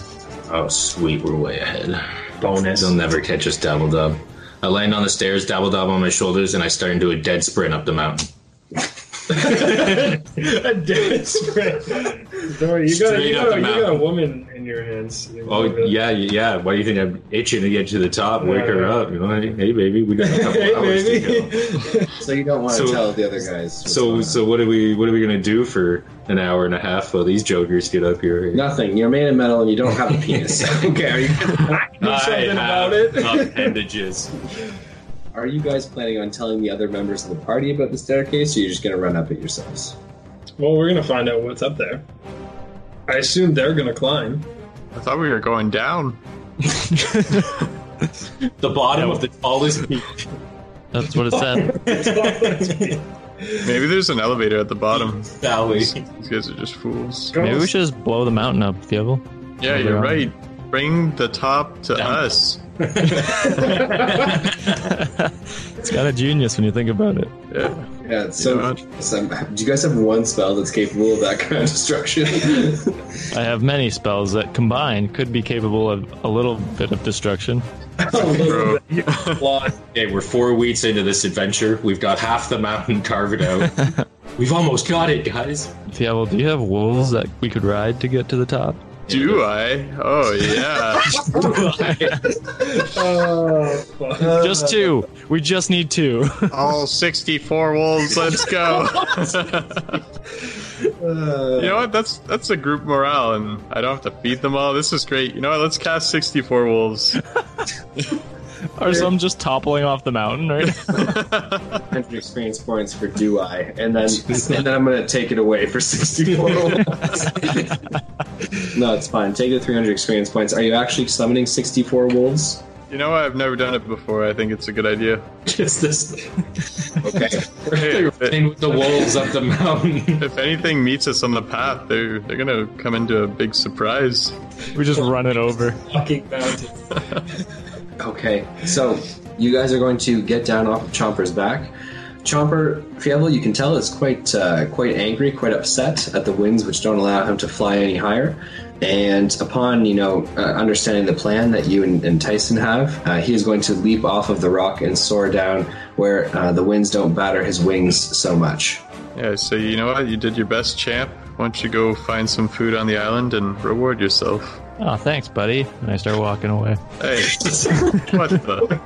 Oh, sweet, we're way ahead. Bonus. They'll never catch us, Dabbledub. I land on the stairs, Dabbledub on my shoulders, and I start into a dead sprint up the mountain. a dead sprint. Sorry, you got, Straight you, up got, you got a the mountain. woman in your hands. You Oh really- yeah, yeah. Why do you think I'm itching to get to the top? Wake her Yeah. up. You know, hey, hey, baby, we got a couple Hey, hours to go. baby. So you don't want So- to tell the other guys. what's going So on. so what are we what are we gonna do for an hour and a half while these jokers get up here? Nothing. You're made of metal and you don't have a penis. okay, are you, something about it. appendages. are you guys planning on telling the other members of the party about the staircase, or you're just going to run up it yourselves? Well, we're gonna find out what's up there. I assume they're gonna climb. I thought we were going down. the bottom of the tallest peak. That's what it said. Maybe there's an elevator at the bottom. Valley. These guys are just fools. Maybe we should just blow the mountain up, Fievel. Yeah, you're right. Bring the top to us. It's kind of genius when you think about it. Yeah. Yeah, it's so, Yeah. so- do you guys have one spell that's capable of that kind of destruction? I have many spells that combined could be capable of a little bit of destruction. Bro. Okay, we're four weeks into this adventure. We've got half the mountain carved out. We've almost got it, guys. Fievel, do you have wolves that we could ride to get to the top? Do I? Oh yeah. Uh, Oh, fuck. Just two. We just need two. All 64 wolves. Let's go. you know what? That's that's a group morale, and I don't have to feed them all. This is great. You know what? Let's cast 64 wolves. Are some just toppling off the mountain, right? 100 experience points for do I, and then and then I'm going to take it away for 64. no, it's fine. Take the 300 experience points. Are you actually summoning 64 wolves? You know, I've never done it before. I think it's a good idea. Just this. Okay. Hey, if, thing with the wolves up the mountain. if anything meets us on the path, they're they're gonna come into a big surprise. We just run it over. Fucking mountain. Okay, so you guys are going to get down off of Chomper's back. Chomper, Fievel, you can tell is quite uh, quite angry, quite upset at the winds which don't allow him to fly any higher. And upon you know uh, understanding the plan that you and, and Tyson have, uh, he is going to leap off of the rock and soar down where uh, the winds don't batter his wings so much. Yeah. So you know what? You did your best, champ. Why don't you go find some food on the island and reward yourself? Oh, thanks, buddy. And I start walking away. Hey, what the?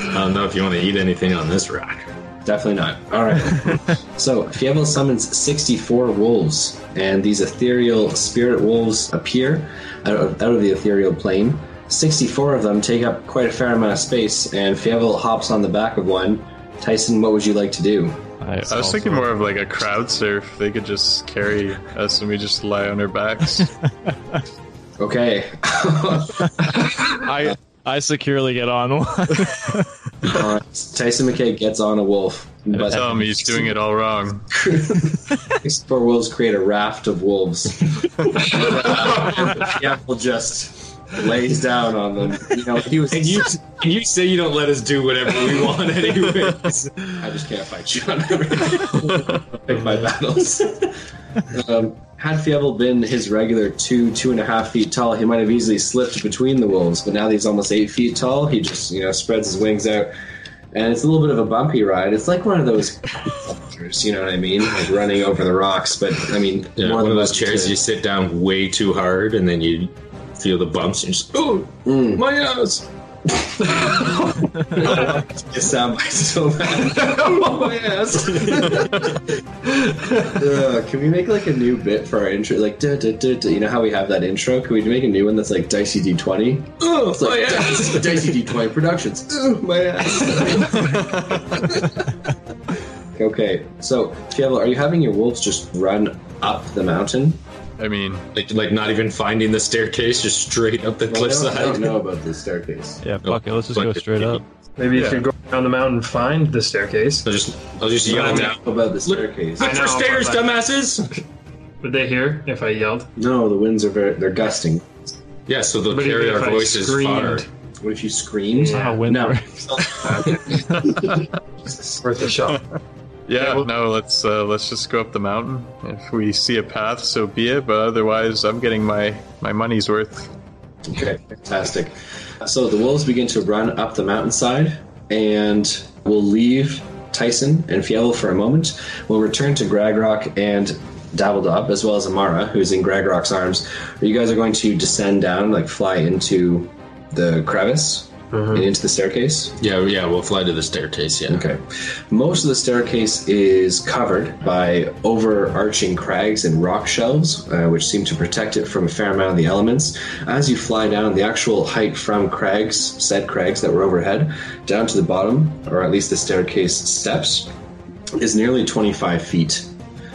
I don't know if you want to eat anything on this rock. Definitely not. All right. so Fievel summons 64 wolves, and these ethereal spirit wolves appear out of, out of the ethereal plane. 64 of them take up quite a fair amount of space, and Fievel hops on the back of one. Tyson, what would you like to do? I, I was thinking more of like a crowd surf. They could just carry us and we just lie on our backs. Okay. I I securely get on one. Uh, Tyson McKay gets on a wolf, Tell but him he's doing it all wrong. 64 wolves create a raft of wolves. Fievel just lays down on them. You know, he was. And you, and you say you don't let us do whatever we want anyways. I just can't fight you. Pick my battles. um, had Fievel been his regular two, two and a half feet tall, he might have easily slipped between the wolves. But now that he's almost eight feet tall, he just you know spreads his wings out, and it's a little bit of a bumpy ride. It's like one of those, you know what I mean, like running over the rocks. But I mean, Yeah, more one than of those that, chairs too. you sit down way too hard and then you feel the bumps and just, oh, Mm. my ass. It soundbites so bad. oh my ass. Uh, can we make like a new bit for our intro? Like, duh, duh, duh, duh. you know how we have that intro? Can we make a new one that's like Dicey D20? Oh, It's like Dicey, Dicey D20 Productions. Oh my ass. okay, so Fievel, are you having your wolves just run up the mountain? I mean, Like, like not even finding the staircase, just straight up the Well, I don't, I cliffside. don't know about this staircase. yeah, fuck it. Let's just go straight up. Maybe if Yeah. you go down the mountain, find the staircase. I'll just, I'll just yell I it don't down. know about the staircase. I Look for know, stairs, but- dumbasses! Would they hear if I yelled? No, the winds are very, they're gusting. Yeah, so they'll But carry even our if I voices far. screamed, What if you screamed? Yeah. Oh, wind No. it's worth a shot. yeah, no, let's uh, let's just go up the mountain. If we see a path, so be it. But otherwise, I'm getting my my money's worth. Okay, fantastic. So the wolves begin to run up the mountainside, and we'll leave Tyson and Fievel for a moment. We'll return to Gragrock and Dabbledob, as well as Amara, who's in Gragrock's arms. You guys are going to descend down, like fly into the crevice and into the staircase. Yeah, yeah, we'll fly to the staircase, yeah. Okay. Most of the staircase is covered by overarching crags and rock shelves, uh, which seem to protect it from a fair amount of the elements. As you fly down, the actual height from crags, said crags that were overhead, down to the bottom, or at least the staircase steps, is nearly 25 feet.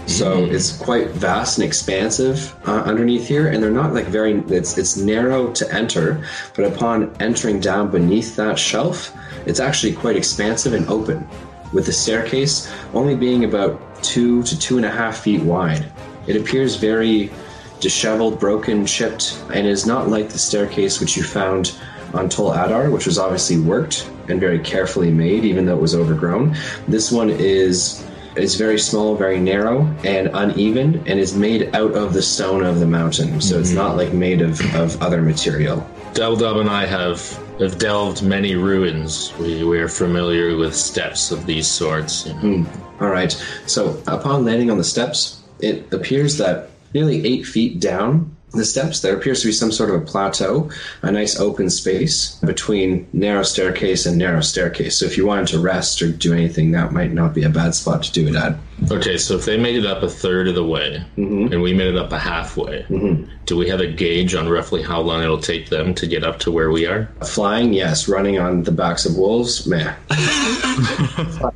So it's quite vast and expansive uh, underneath here, and they're not like very. It's it's narrow to enter, but upon entering down beneath that shelf, it's actually quite expansive and open, with the staircase only being about two to two and a half feet wide. It appears very disheveled, broken, chipped, and is not like the staircase which you found on Tol Adar, which was obviously worked and very carefully made, even though it was overgrown. This one is is very small, very narrow, and uneven, and is made out of the stone of the mountain. So it's not like made of, of other material. Dabbledob and I have have delved many ruins. We, we are familiar with steps of these sorts. you know. All right. So upon landing on the steps, it appears that nearly eight feet down the steps, there appears to be some sort of a plateau, a nice open space between narrow staircase and narrow staircase. So if you wanted to rest or do anything, that might not be a bad spot to do it at. Okay, so if they made it up a third of the way, and we made it up a halfway, do we have a gauge on roughly how long it'll take them to get up to where we are? Flying, yes. Running on the backs of wolves, meh.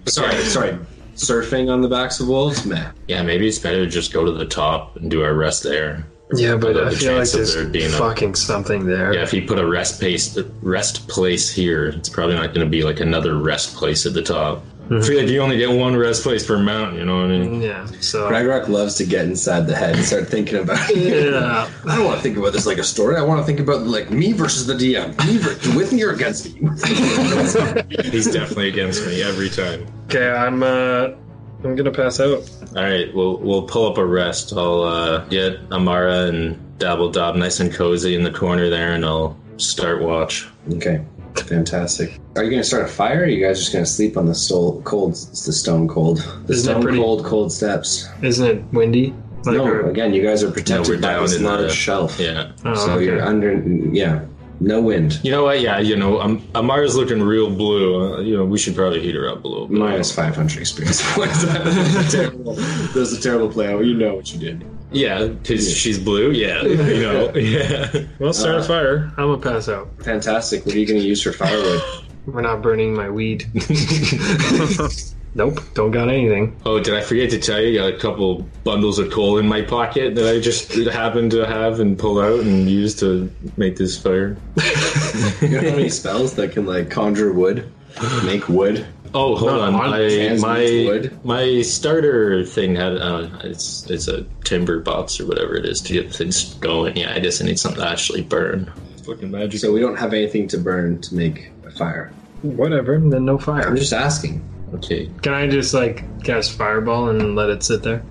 sorry, sorry. Surfing on the backs of wolves, meh. Yeah, maybe it's better to just go to the top and do our rest there. Yeah, but Although I the feel like chance of there's there being a- fucking something there. Yeah, if you put a rest place, rest place here, it's probably not going to be like another rest place at the top. I feel like you only get one rest place per mount. You know what I mean? Yeah, so. Ragnarok loves to get inside the head and start thinking about it. Yeah. I don't want to think about this like a story. I want to think about like me versus the DM, me ver- with me or against me. He's definitely against me every time. Okay, I'm, uh, I'm gonna pass out. All right, we'll we'll pull up a rest. I'll uh, get Amara and Dabble Dob nice and cozy in the corner there, and I'll start watch. okay, fantastic. Are you going to start a fire? Or are you guys just going to sleep on the stole, cold, the stone cold, the Isn't it stone pretty- cold, cold steps? Isn't it windy? Like, no, or- again, you guys are No, protected we're by down this in the- large shelf. Yeah. oh, So okay. you're under, yeah, no wind. You know what? Yeah, you know, um, Amara's looking real blue. Uh, you know, we should probably heat her up a little bit. Minus 500 experience points. that was a terrible, that was a terrible play. Oh, You know what you did. Yeah, because she's blue. Yeah, you know. Yeah. Well, start a fire. I'm gonna pass out. Fantastic. What are you going to use for firewood? We're not burning my weed. nope, don't got anything. Oh, did I forget to tell you? I got a couple bundles of coal in my pocket that I just happened to have and pull out and use to make this fire. You don't have any spells that can like conjure wood, make wood. Oh, hold on. on I, transmute my wood. my starter thing had uh, it's it's a timber box or whatever it is to get things going. Yeah, I guess I need something to actually burn. Fucking magic. So we don't have anything to burn to make a fire. Whatever, then no fire. I'm just asking. okay. Can I just, like, cast fireball and let it sit there?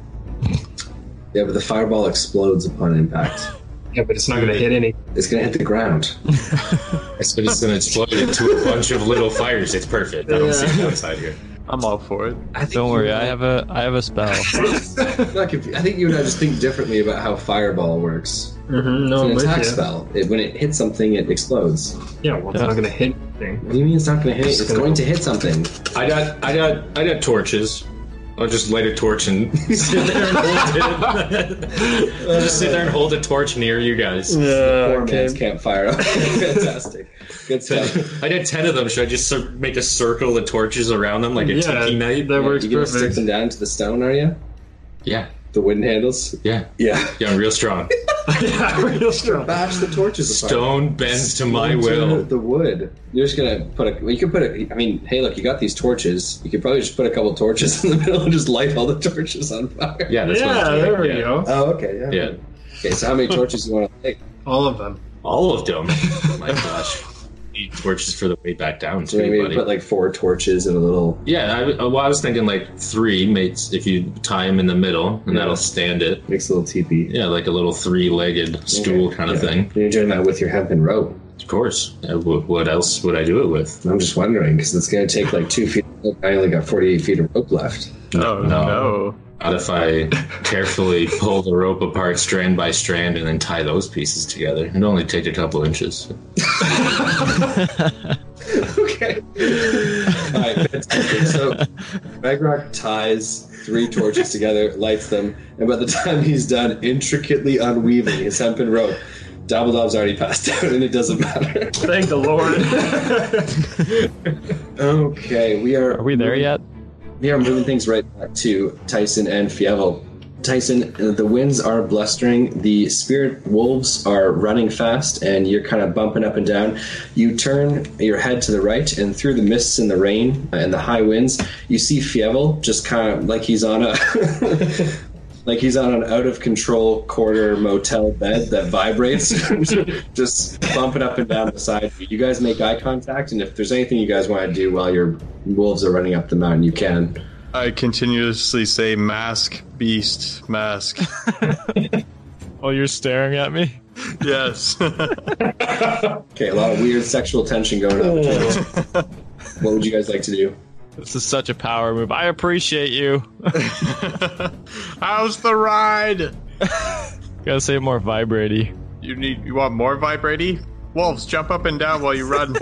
Yeah, but the fireball explodes upon impact. Yeah, but it's not gonna hit any. It's gonna hit the ground. So it's gonna explode into a bunch of little fires. It's perfect. I don't see a downside here. I'm all for it. I think Don't you worry, and I have a I have a spell. Mm-hmm, I'm not confused. I think you and I just think differently about how fireball works. Mm-hmm, It's an no, I'm with attack ya. spell. It, when it hits something, it explodes. What Yeah, well, it's not gonna hit anything. do you mean it's not gonna hit? It's, gonna- going to hit something. I got I got I got torches. I'll just light a torch and sit there and hold it. I'll just sit there and hold a torch near you guys. Yeah, Poor okay. man's campfire. Okay, Fantastic. Good stuff. I got ten of them. Should I just cir- make a circle of torches around them like a Yeah, tiki night? that works you gonna stick perfect. them down to the stone? Are you? Yeah, The wooden handles? yeah, Yeah. yeah. I'm real strong. yeah, real strong. Bash the torches. apart. Stone bends to my Into will. The wood. You're just gonna put a. well, You could put a. I mean, hey, look, you got these torches. You could probably just put a couple torches in the middle and just light all the torches on fire. Yeah, that's what Yeah, I'm doing. there we yeah. go. Oh, okay. Yeah. Yeah, Okay, so how many torches you want to take? All of them. all of them. oh my gosh, need torches for the way back down So maybe too, buddy. put like four torches and a little. yeah, I, uh, well, I was thinking like three mates if you tie them in the middle, and that'll stand it. Makes a little teepee. Yeah, like a little three-legged stool Okay, kind of yeah. thing. You're doing that with your hempen rope. Of course. Yeah, wh- what else would I do it with? I'm just wondering because it's gonna take like two feet. I only got 48 feet of rope left. No, no. Not if I carefully pull the rope apart strand by strand and then tie those pieces together. It'd only take a couple inches. okay. All right, fantastic. So Ragnarok ties three torches together, lights them, and by the time he's done intricately unweaving his hempen rope, Dabbledob's already passed out and it doesn't matter. Thank the Lord. Okay, we are Are we there yet? we are moving things right back to Tyson and Fievel. Tyson, the winds are blustering, the spirit wolves are running fast, and you're kind of bumping up and down. You turn your head to the right, and through the mists and the rain and the high winds, you see Fievel just kind of like he's on a. Like he's on an out of control quarter motel bed that vibrates, just bumping up and down beside you. You guys make eye contact, and if there's anything you guys want to do while your wolves are running up the mountain, you can. I continuously say mask, beast, mask. Oh, you're staring at me. yes. Okay, a lot of weird sexual tension going on. between us. what would you guys like to do? This is such a power move. I appreciate you. How's the ride? Gotta say it more vibraty. You need you want more vibrati? Wolves, jump up and down while you run.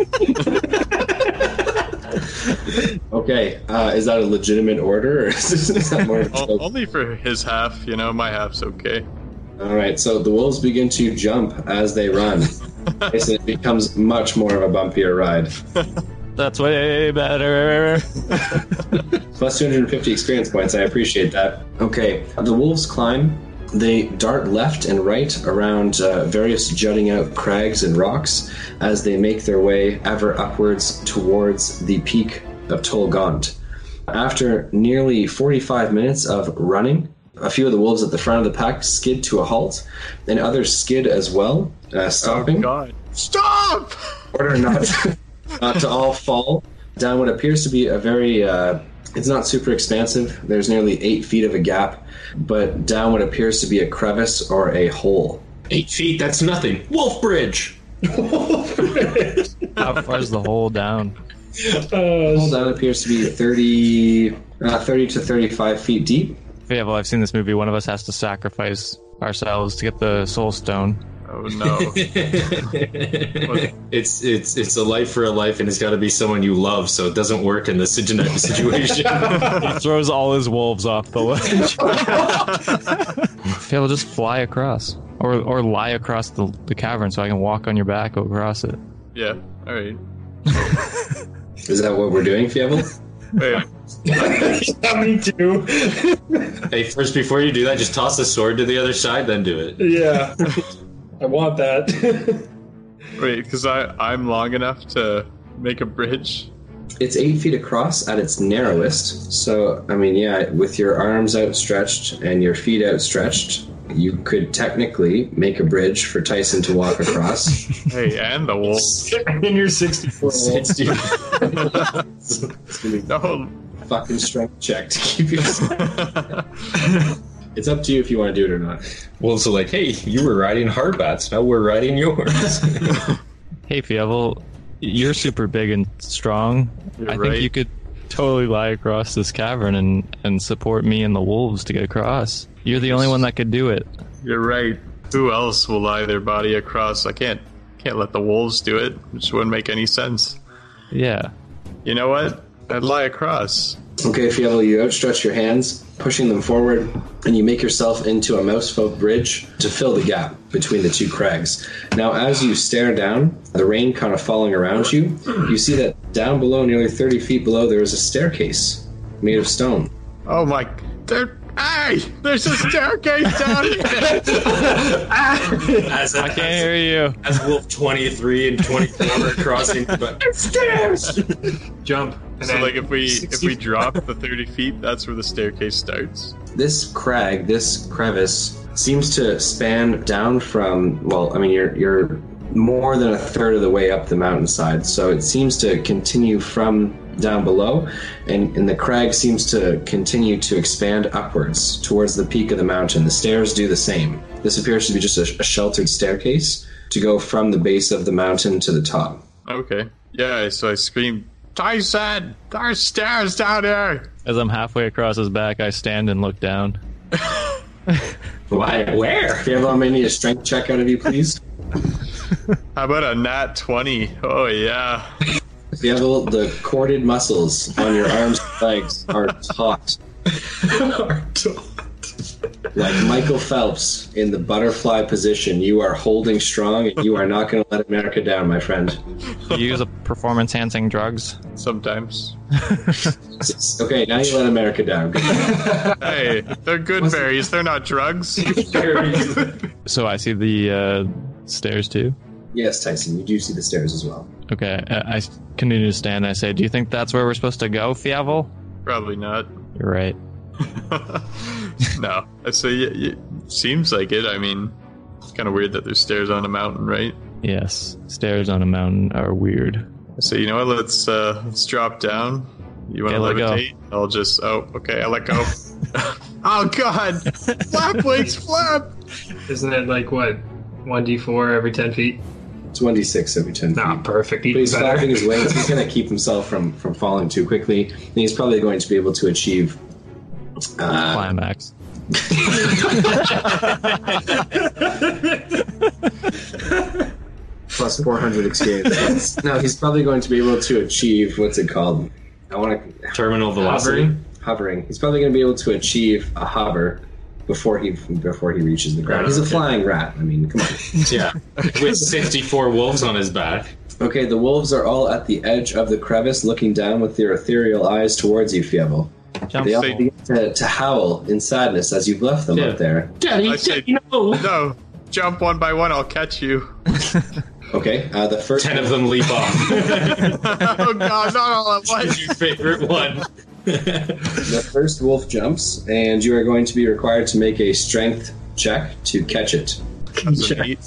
Okay, uh, is that a legitimate order, or is that more of a O- joke? only for his half, you know, my half's okay. All right, so the wolves begin to jump as they run. Tyson, it becomes much more of a bumpier ride. That's way better. Plus 250 experience points. I appreciate that. Okay, the wolves climb They dart left and right around uh, various jutting out crags and rocks as they make their way ever upwards towards the peak of Tolgant. After nearly 45 minutes of running, a few of the wolves at the front of the pack skid to a halt, and others skid as well, uh, stopping. God. Stop! order not to, not to all fall down what appears to be a very uh, it's not super expansive there's nearly eight feet of a gap but down what appears to be a crevice or a hole Eight feet, that's nothing. Wolf Bridge! How far is the hole down? hole down appears to be 30 uh, 30 to 35 feet deep Yeah, well, I've seen this movie. One of us has to sacrifice ourselves to get the soul stone. Oh no. it's it's it's a life for a life, and it's got to be someone you love, so it doesn't work in this situation. He throws all his wolves off the ledge. Fail, just fly across, or or lie across the, the cavern so I can walk on your back across it. yeah. All right. is that what we're doing fievel Wait. Yeah, me too. hey, first before you do that, just toss the sword to the other side, then do it. yeah. I want that. Wait, because I I'm long enough to make a bridge. it's eight feet across at its narrowest so i mean yeah with your arms outstretched and your feet outstretched you could technically make a bridge for tyson to walk across Hey, and the wolves. In your 64 wall. It's you- No. fucking strength check to keep you. it's up to you if you want to do it or not. Wolves are like, hey, you were riding Harbats, now we're riding yours. Hey, Fievel, you're super big and strong. You're I right. think you could totally lie across this cavern and and support me and the wolves to get across. You're the only one that could do it. You're right. Who else will lie their body across? I can't can't let the wolves do it. Which wouldn't make any sense. Yeah. You know what? I'd lie across. Okay, Fievel, you outstretch your hands, pushing them forward, and you make yourself into a mousefolk bridge to fill the gap between the two crags. Now, as you stare down, the rain kind of falling around you, you see that down below, nearly 30 feet below, there is a staircase made of stone. Oh my! There, hey! There's a staircase down here. as, I can't hear you. as Wolf 23 and 24 are crossing, but stairs! Jump. And so then- like if we if we drop the thirty feet, that's where the staircase starts. this crag, this crevice, seems to span down from. Well, I mean, you're you're more than a third of the way up the mountainside, so it seems to continue from down below, and and the crag seems to continue to expand upwards towards the peak of the mountain. The stairs do the same. This appears to be just a, a sheltered staircase to go from the base of the mountain to the top. Okay. Yeah. So I scream, Tyson, there's stairs down here. As I'm halfway across his back, I stand and look down. Why? Where? Fievel, I'm gonna need a strength check out of you, please. How about a nat twenty? Oh yeah. Fievel, the corded muscles on your arms and legs are taut. like Michael Phelps in the butterfly position, you are holding strong and you are not going to let America down, my friend. Do you use a performance enhancing drugs? Sometimes. Okay, now you let America down. Hey, they're good berries. They're not drugs. So I see the uh, stairs too. yes, Tyson, you do see the stairs as well. Okay, I, I continue to stand. I say, "Do you think that's where we're supposed to go, Fievel?" Probably not. You're right. no. So y y seems like it. I mean, it's kind of weird that there's stairs on a mountain, right? Yes, stairs on a mountain are weird. So you know what? Let's uh, let's drop down. You want Okay, to let go. levitate? I'll just. Oh, okay. I let go. oh God! Flap wings, flap. Isn't it like what? 1d4 every 10 feet? It's 1d6 every 10 feet. Nah, perfect. But Even he's better. flapping his wings. He's going to keep himself from, from falling too quickly. And he's probably going to be able to achieve. Uh, Climax. plus 400 experience. points. no, he's probably going to be able to achieve what's it called? I want to Terminal velocity. Hovering. hovering. He's probably going to be able to achieve a hover before he before he reaches the ground. He's a flying rat. I mean, come on. Yeah. With 64 wolves on his back. Okay, the wolves are all at the edge of the crevice, looking down with their ethereal eyes towards you, Fievel. Jump. They all Say- begin to, to howl in sadness as you've left them Yeah. up there. Daddy, I say- Daddy, no. No, jump one by one. I'll catch you. Okay, uh, the first Ten of them leap off. oh God, not all at once. your favorite one. the first wolf jumps, and you are going to be required to make a strength check to catch it. That's an eight.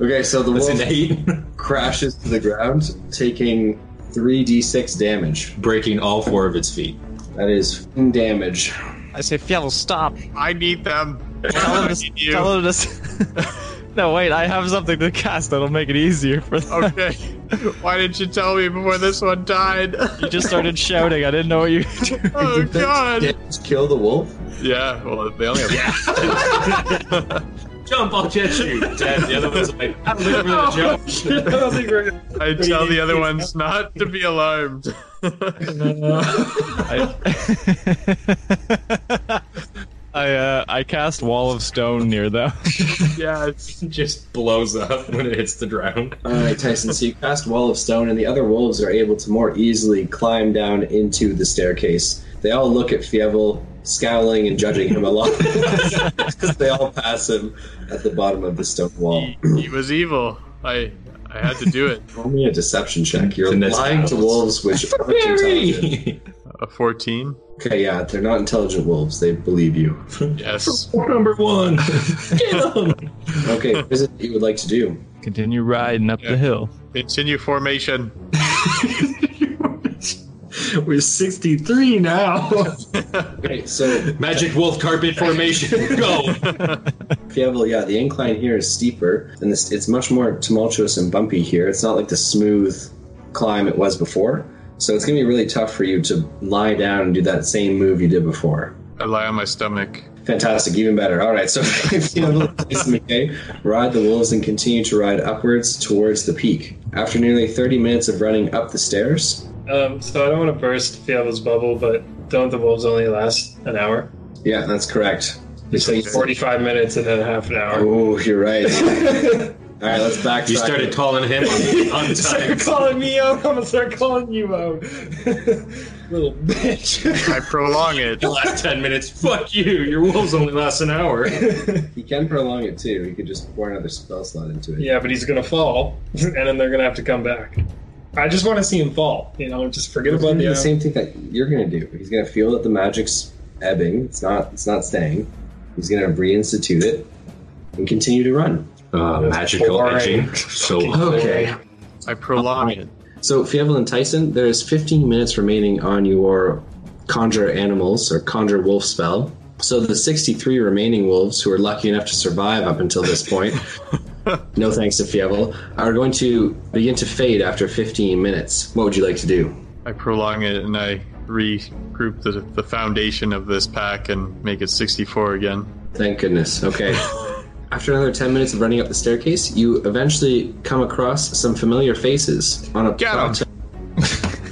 Okay, so the That's wolf an eight. crashes to the ground, taking three d6 damage. Breaking all four of its feet. That is f***ing damage. I say, Fievel, stop. I need them. Tell I him to. need you. Tell him to s- no, wait, I have something to cast that'll make it easier for them. Okay. Why didn't you tell me before this one died? You just started shouting. I didn't know what you were doing. oh Did that God. damage kill the wolf? Yeah. Well, they only have. Jump, I'll catch you. Dad, the other one's like, Oh. I'm looking for the jump. I don't think we're gonna. I tell the other ones not to be alarmed. I, I, uh, I cast Wall of Stone near them. yeah. It's, Just blows up when it hits the ground. All right, Tyson. So you cast Wall of Stone, and the other wolves are able to more easily climb down into the staircase. They all look at Fievel, scowling and judging him a lot. they all pass him at the bottom of the stone wall. he, he was evil. I I had to do it. Roll me a deception check. You're And that's lying to wolves, owls. which aren't intelligent. Barry! A fourteen. Okay, yeah, they're not intelligent wolves. They believe you. Yes. Number one. Get him. Okay, what is it that you would like to do? Continue riding up the hill. Continue formation. We're 63 now. Okay, so Magic wolf carpet formation. Go. Fievel, yeah, the incline here is steeper, and this, it's much more tumultuous and bumpy here. It's not like the smooth climb it was before. So it's going to be really tough for you to lie down and do that same move you did before. I lie on my stomach. Fantastic, even better. All right, so Fievel, Jason McKay ride the wolves and continue to ride upwards towards the peak. After nearly 30 minutes of running up the stairs, um, so I don't want to burst Fievel's bubble, but don't the wolves only last an hour? yeah, that's correct. You say- 45 minutes and then half an hour. Oh, you're right. All right, let's backtrack. You started calling him on, on time. calling me out. I'm gonna start calling you out. Little bitch. I prolong it. The last ten minutes. Fuck you. Your wolves only last an hour. He can prolong it too. He could just pour another spell slot into it. yeah, but he's gonna fall, and then they're gonna have to come back. I just want to see him fall. You know, just forget It's gonna about be the. uh, the same thing that you're gonna do. He's gonna feel that the magic's ebbing. It's not. It's not staying. He's gonna reinstitute it and continue to run. Uh, magical boring. edging. So Okay. I prolong it. So Fievel and Tyson, there is 15 minutes remaining on your conjure animals or conjure wolf spell. So the 63 remaining wolves who are lucky enough to survive up until this point, no thanks to Fievel, are going to begin to fade after 15 minutes. What would you like to do? I prolong it and I regroup the, the foundation of this pack and make it 64 again. Thank goodness. Okay. After another 10 minutes of running up the staircase, you eventually come across some familiar faces on a Get 'em.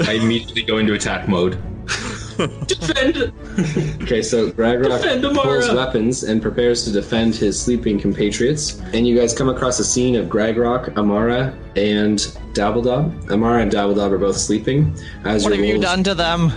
I immediately go into attack mode. Defend. Okay, so Defend Gragrok Amara! pulls weapons and prepares to defend his sleeping compatriots. And you guys come across a scene of Gragrok, Amara, and Dabbledob. Amara and Dabbledob are both sleeping. As What your have you wolves done to them?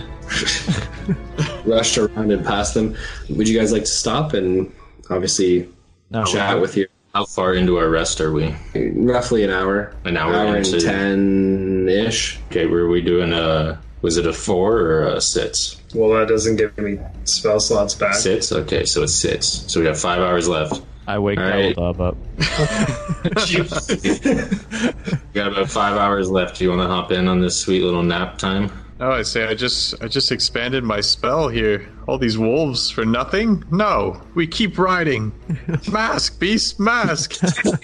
rush around and past them, would you guys like to stop and obviously No. chat with you? How far into our rest are we? Roughly an hour. An hour and into- 10 ish. Okay, were we doing a? Was it a four or a six? Well, that doesn't give me spell slots back. Six. Okay, so it's six. So we got five hours left. I wake All right. Dabbledob up. We got about five hours left. Do you want to hop in on this sweet little nap time? Oh, I say I just I just expanded my spell here. All these wolves for nothing? No, we keep riding. Mask, beast, mask. So,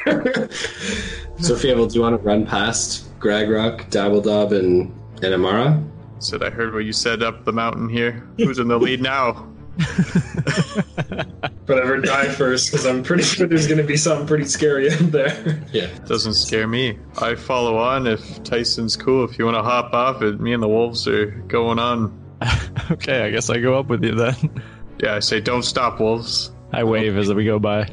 Fievel, do you want to run past Gragrok, Dabbledob, and, and Amara? Said I heard what you said up the mountain here. Who's in the lead now? Whatever, die first, because I'm pretty sure there's gonna be something pretty scary up there. Yeah. Doesn't scare me. I follow on if Tyson's cool. If you want to hop off it, me and the wolves are going on. okay, I guess I go up with you then. Yeah, I say don't stop wolves. I wave as we go by.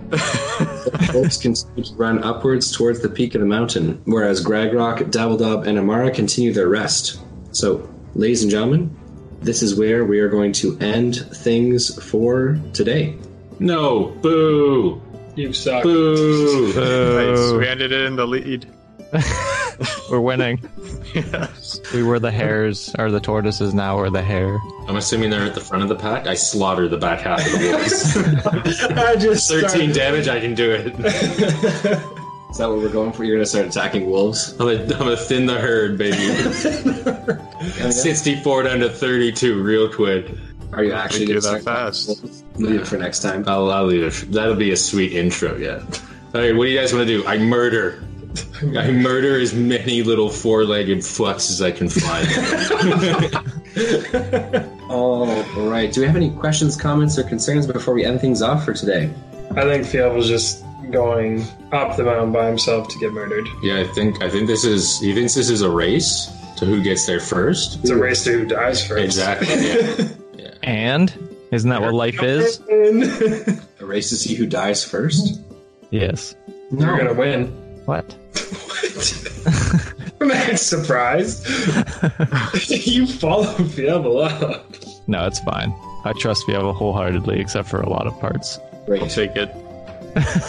Wolves continue to run upwards towards the peak of the mountain, whereas Gragrok, Dabbledob, and Amara continue their rest. So, ladies and gentlemen, this is where we are going to end things for today. No, boo, You suck. boo. Nice. Oh, We ended it in the lead. we're winning. Yes. We were the hares, or the tortoises. Now we're the hare. I'm assuming they're at the front of the pack. I slaughter the back half of the boys. I just 13 started- damage, I can do it. Is that what we're going for? You're going to start attacking wolves? I'm gonna, I'm gonna thin the herd, baby. 64 down to 32 real quick. Are you We actually do going to that start? fast. Uh, Leave it for next time. I'll, I'll leave it. That'll be a sweet intro, yeah. All right, what do you guys want to do? I murder. I murder as many little four-legged fucks as I can find. All right. Do we have any questions, comments, or concerns before we end things off for today? I think Fiel was just going up the mountain by himself to get murdered. yeah, I think I think this is. He thinks this is a race to who gets there first. It's a race to who dies first. Exactly. Yeah. And isn't that what life is? You're A race to see who dies first? Yes. gonna win. What? I'm not surprised. you follow Fiel up. No, it's fine. I trust Fievel wholeheartedly, except for a lot of parts. I'll Great. take it.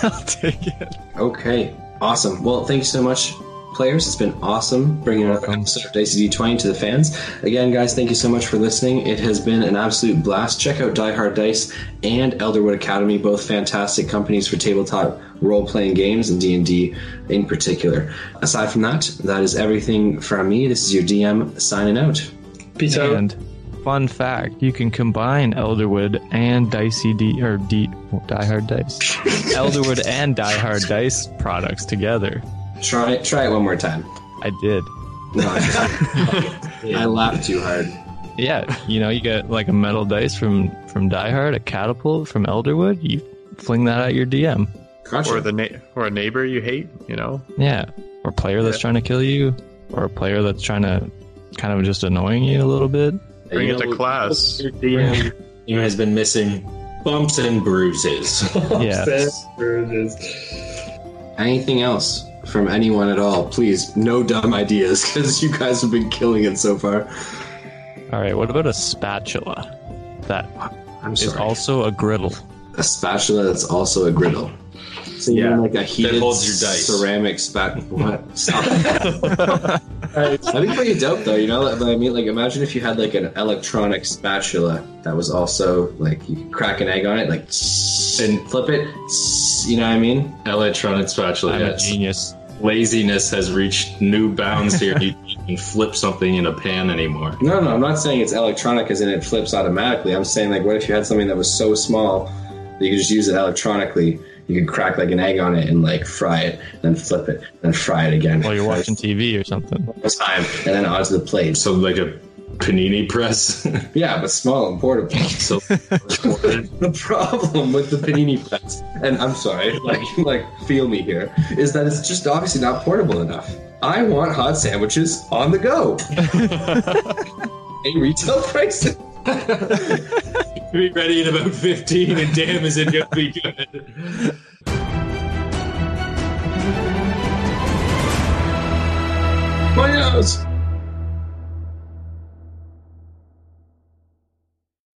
I'll take it. Okay. Awesome. Well, thank you so much, players. It's been awesome bringing another episode of Dicey D20 to the fans. Again, guys, thank you so much for listening. It has been an absolute blast. Check out Die Hard Dice and Elderwood Academy, both fantastic companies for tabletop role-playing games and D&D in particular. Aside from that, that is everything from me. This is your DM signing out. Peace out. And fun fact: you can combine Elderwood and Dicey D or D Die Hard Dice, Elderwood and Die Hard Dice products together. Try it, try it one more time. I did. No, I, I laughed too hard. Yeah, you know, you get like a metal dice from from Die Hard, a catapult from Elderwood. You fling that at your DM. Gotcha. Or the na- or a neighbor you hate, you know? Yeah, or a player that's trying to kill you, or a player that's trying to kind of just annoying you a little bit. Bring You it to know, class. Your DM team has been missing bumps and bruises. Yeah. anything else from anyone at all, please, no dumb ideas, because you guys have been killing it so far. All right, what about a spatula? That I'm is sorry. also a griddle. a spatula that's also a griddle. So you Yeah. mean like a heated holds your dice. ceramic spat. What? Stop. I think pretty dope though. You know, like, I mean, like imagine if you had like an electronic spatula that was also like you could crack an egg on it, like and flip it. You know what I mean? Electronic spatula. I'm a yes. genius. Laziness has reached new bounds here. you can flip something in a pan anymore. No, no, I'm not saying it's electronic as in it flips automatically. I'm saying like, what if you had something that was so small that you could just use it electronically? You could crack like an egg on it and like fry it, then flip it, then fry it again. While you're watching TV or something. One time, and then onto the plate. So So like a panini press. yeah, but small and portable. so the problem with the panini press, and I'm sorry, like like feel me here, is that it's just obviously not portable enough. I want hot sandwiches on the go. A retail price. be ready in about 15 and damn is it gonna be good. My house!